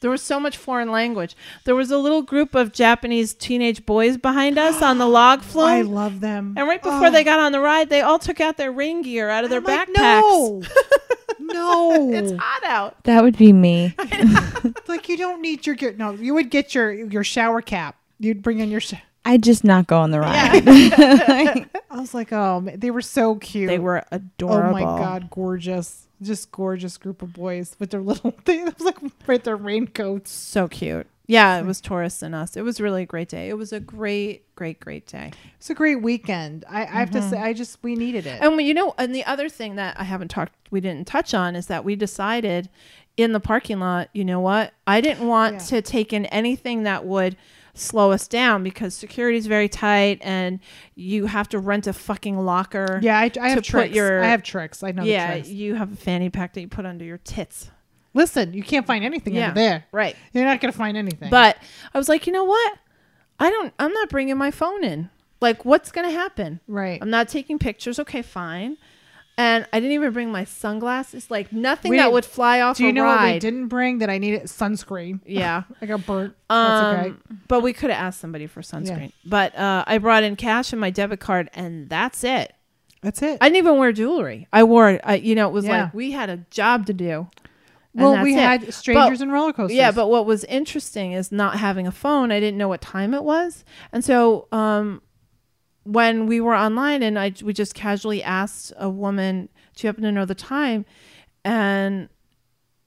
Speaker 1: There was so much foreign language. There was a little group of Japanese teenage boys behind us on the log flume.
Speaker 2: I love them.
Speaker 1: And right before they got on the ride, they all took out their rain gear out of their
Speaker 2: Oh. I'm like,
Speaker 1: backpacks.
Speaker 2: no, no,
Speaker 1: It's hot out.
Speaker 3: That would be me.
Speaker 2: It's like you don't need your gear. No, you would get your your shower cap. You'd bring in your. Sh-
Speaker 3: I'd just not go on the ride.
Speaker 2: I was like, oh, ma- they were so cute.
Speaker 1: They were
Speaker 2: Oh
Speaker 1: adorable.
Speaker 2: my god, gorgeous! Just gorgeous group of boys with their little. They, it was like with their raincoats.
Speaker 1: So cute. Yeah, it was tourists and us. It was really a great day. It was a great, great, great day.
Speaker 2: It's a great weekend. I, I have to say, I just we needed it.
Speaker 1: Mm-hmm. And we- you know, and the other thing that I haven't talked, we didn't touch on is that we decided in the parking lot, you know what? I didn't want
Speaker 2: Yeah.
Speaker 1: to take in anything that would slow us down because security is very tight and you have to rent a fucking locker.
Speaker 2: Yeah, I, I
Speaker 1: to
Speaker 2: have
Speaker 1: put
Speaker 2: tricks.
Speaker 1: your-
Speaker 2: I have tricks. I know
Speaker 1: Yeah,
Speaker 2: the tricks.
Speaker 1: you have a fanny pack that you put under your tits.
Speaker 2: Listen, you can't find anything
Speaker 1: Yeah.
Speaker 2: under there.
Speaker 1: Right.
Speaker 2: You're not gonna find anything.
Speaker 1: But I was like, you know what? I don't. I'm not bringing my phone in. Like, what's gonna happen?
Speaker 2: right,
Speaker 1: I'm not taking pictures. Okay, fine. And I didn't even bring my sunglasses. Like nothing
Speaker 2: We
Speaker 1: that
Speaker 2: didn't-
Speaker 1: would fly off
Speaker 2: do you
Speaker 1: a
Speaker 2: know what we
Speaker 1: ride.
Speaker 2: didn't bring that I needed? Sunscreen.
Speaker 1: Yeah.
Speaker 2: I got burnt.
Speaker 1: Um,
Speaker 2: That's okay.
Speaker 1: But we could have asked somebody for sunscreen. But uh, I brought in cash and my debit card, and that's it.
Speaker 2: That's it.
Speaker 1: I didn't even wear jewelry. I wore, I, you know, it was
Speaker 2: Yeah.
Speaker 1: like we had a job to do. and
Speaker 2: well,
Speaker 1: that's
Speaker 2: we
Speaker 1: it.
Speaker 2: had strangers and roller coasters.
Speaker 1: Yeah, but what was interesting is not having a phone. I didn't know what time it was, and so um, when we were online, and I we just casually asked a woman, "Do you happen to know the time?" and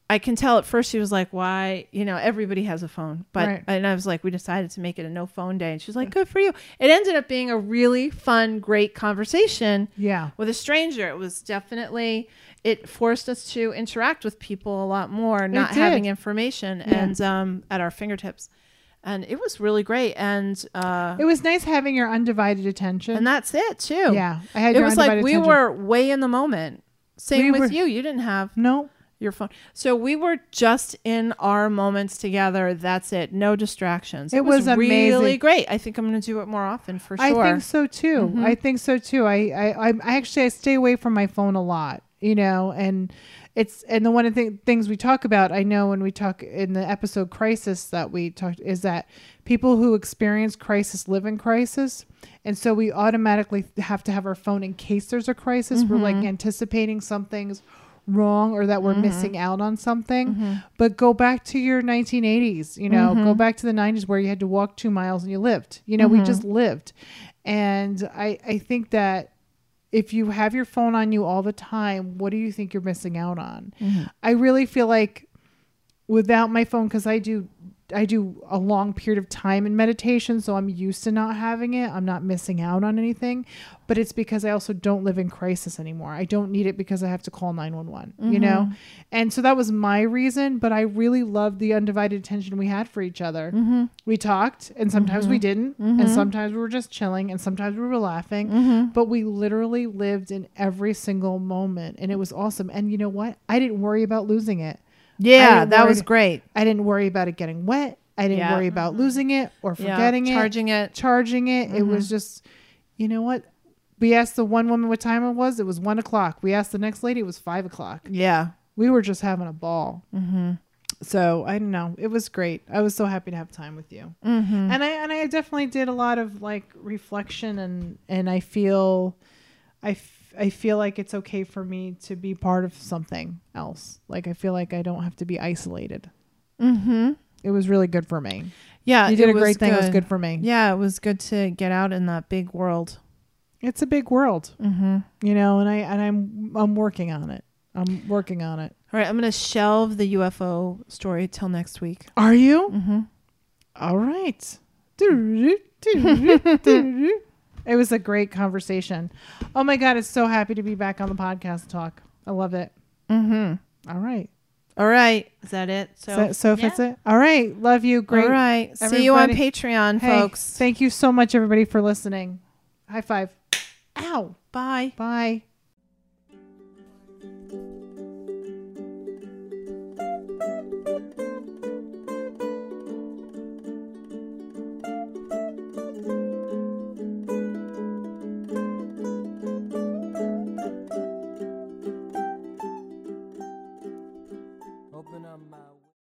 Speaker 1: I can tell at first she was like, "Why?" You know, everybody has a phone, but
Speaker 2: Right.
Speaker 1: and I was like, "We decided to make it a no phone day," and she's like, "Good for you." It ended up being a really fun, great conversation
Speaker 2: yeah,
Speaker 1: with a stranger it was definitely it forced us to interact with people a lot more not
Speaker 2: did.
Speaker 1: having information and um, at our fingertips and it was really great and uh,
Speaker 2: it was nice having your undivided attention.
Speaker 1: and that's it too
Speaker 2: yeah, I had.
Speaker 1: it
Speaker 2: your
Speaker 1: was like
Speaker 2: undivided
Speaker 1: we
Speaker 2: attention.
Speaker 1: were way in the moment same
Speaker 2: We
Speaker 1: with
Speaker 2: were-
Speaker 1: you you didn't have
Speaker 2: no.
Speaker 1: your phone so we were just in our moments together that's it no distractions
Speaker 2: It was
Speaker 1: really
Speaker 2: amazing.
Speaker 1: great i think i'm going to do it more often for sure Mm-hmm.
Speaker 2: I think so too. I think so too. I, I, I I actually I stay away from my phone a lot, you know, and it's and the one of the things we talk about, I know when we talk in the episode crisis that we talked is that people who experience crisis live in crisis, and so we automatically have to have our phone in case there's a crisis. We're like
Speaker 1: Mm-hmm.
Speaker 2: anticipating something's wrong or that we're missing out on something but go back to your 1980s you know go back to the 90s where you had to walk two miles and you lived you know we just lived and i i think that if you have your phone on you all the time what do you think you're missing out on i really feel like without my phone because i do i do a long period of time in meditation so i'm used to not having it i'm not missing out on anything but it's because i also don't live in crisis anymore i don't need it because i have to call 911 you know and so that was my reason but i really loved the undivided attention we had for each other we talked and sometimes we didn't and sometimes we were just chilling and sometimes we were laughing but we literally lived in every single moment and it was awesome and you know what i didn't worry about losing it I
Speaker 1: yeah
Speaker 2: didn't
Speaker 1: that
Speaker 2: worry-
Speaker 1: was great
Speaker 2: I didn't worry about it getting wet. I didn't
Speaker 1: Yeah. Mm-hmm.
Speaker 2: worry about losing it or forgetting
Speaker 1: yeah,
Speaker 2: it,
Speaker 1: charging it Mm-hmm.
Speaker 2: charging it. It was just, you know what? We asked the one woman what time it was. It was one o'clock. We asked the next lady. It was five o'clock.
Speaker 1: yeah
Speaker 2: We were just having a ball. Mm-hmm. So I don't know. It was great. I was so happy to have time with you. Mm-hmm. And I and I definitely did a lot of like reflection and and I feel, I f- I feel like it's okay for me to be part of something else. Like I feel like I don't have to be isolated.
Speaker 1: mm-hmm
Speaker 2: it was really good for me.
Speaker 1: Yeah,
Speaker 2: you did
Speaker 1: it
Speaker 2: a great thing. It was
Speaker 1: good.
Speaker 2: good for me.
Speaker 1: Yeah, it was good to get out in that big world.
Speaker 2: It's a big world,
Speaker 1: Mm-hmm.
Speaker 2: you know, and I and I'm I'm working on it. I'm working on it.
Speaker 1: All right, I'm gonna shelve the UFO story till next week.
Speaker 2: Are you?
Speaker 1: Mm-hmm.
Speaker 2: All right. it was a great conversation. Oh my God, it's so happy to be back on the podcast talk. I love it.
Speaker 1: Mm-hmm.
Speaker 2: All right.
Speaker 1: All right, is that it?
Speaker 2: So,
Speaker 1: So,
Speaker 2: so, if that's it. All right. Love you. Great.
Speaker 1: all right, see you on
Speaker 2: Everybody-
Speaker 1: Patreon,
Speaker 2: Hey,
Speaker 1: folks.
Speaker 2: Thank you so much, everybody, for listening. High five. Ow.
Speaker 1: Bye.
Speaker 2: Bye.
Speaker 4: Open up my.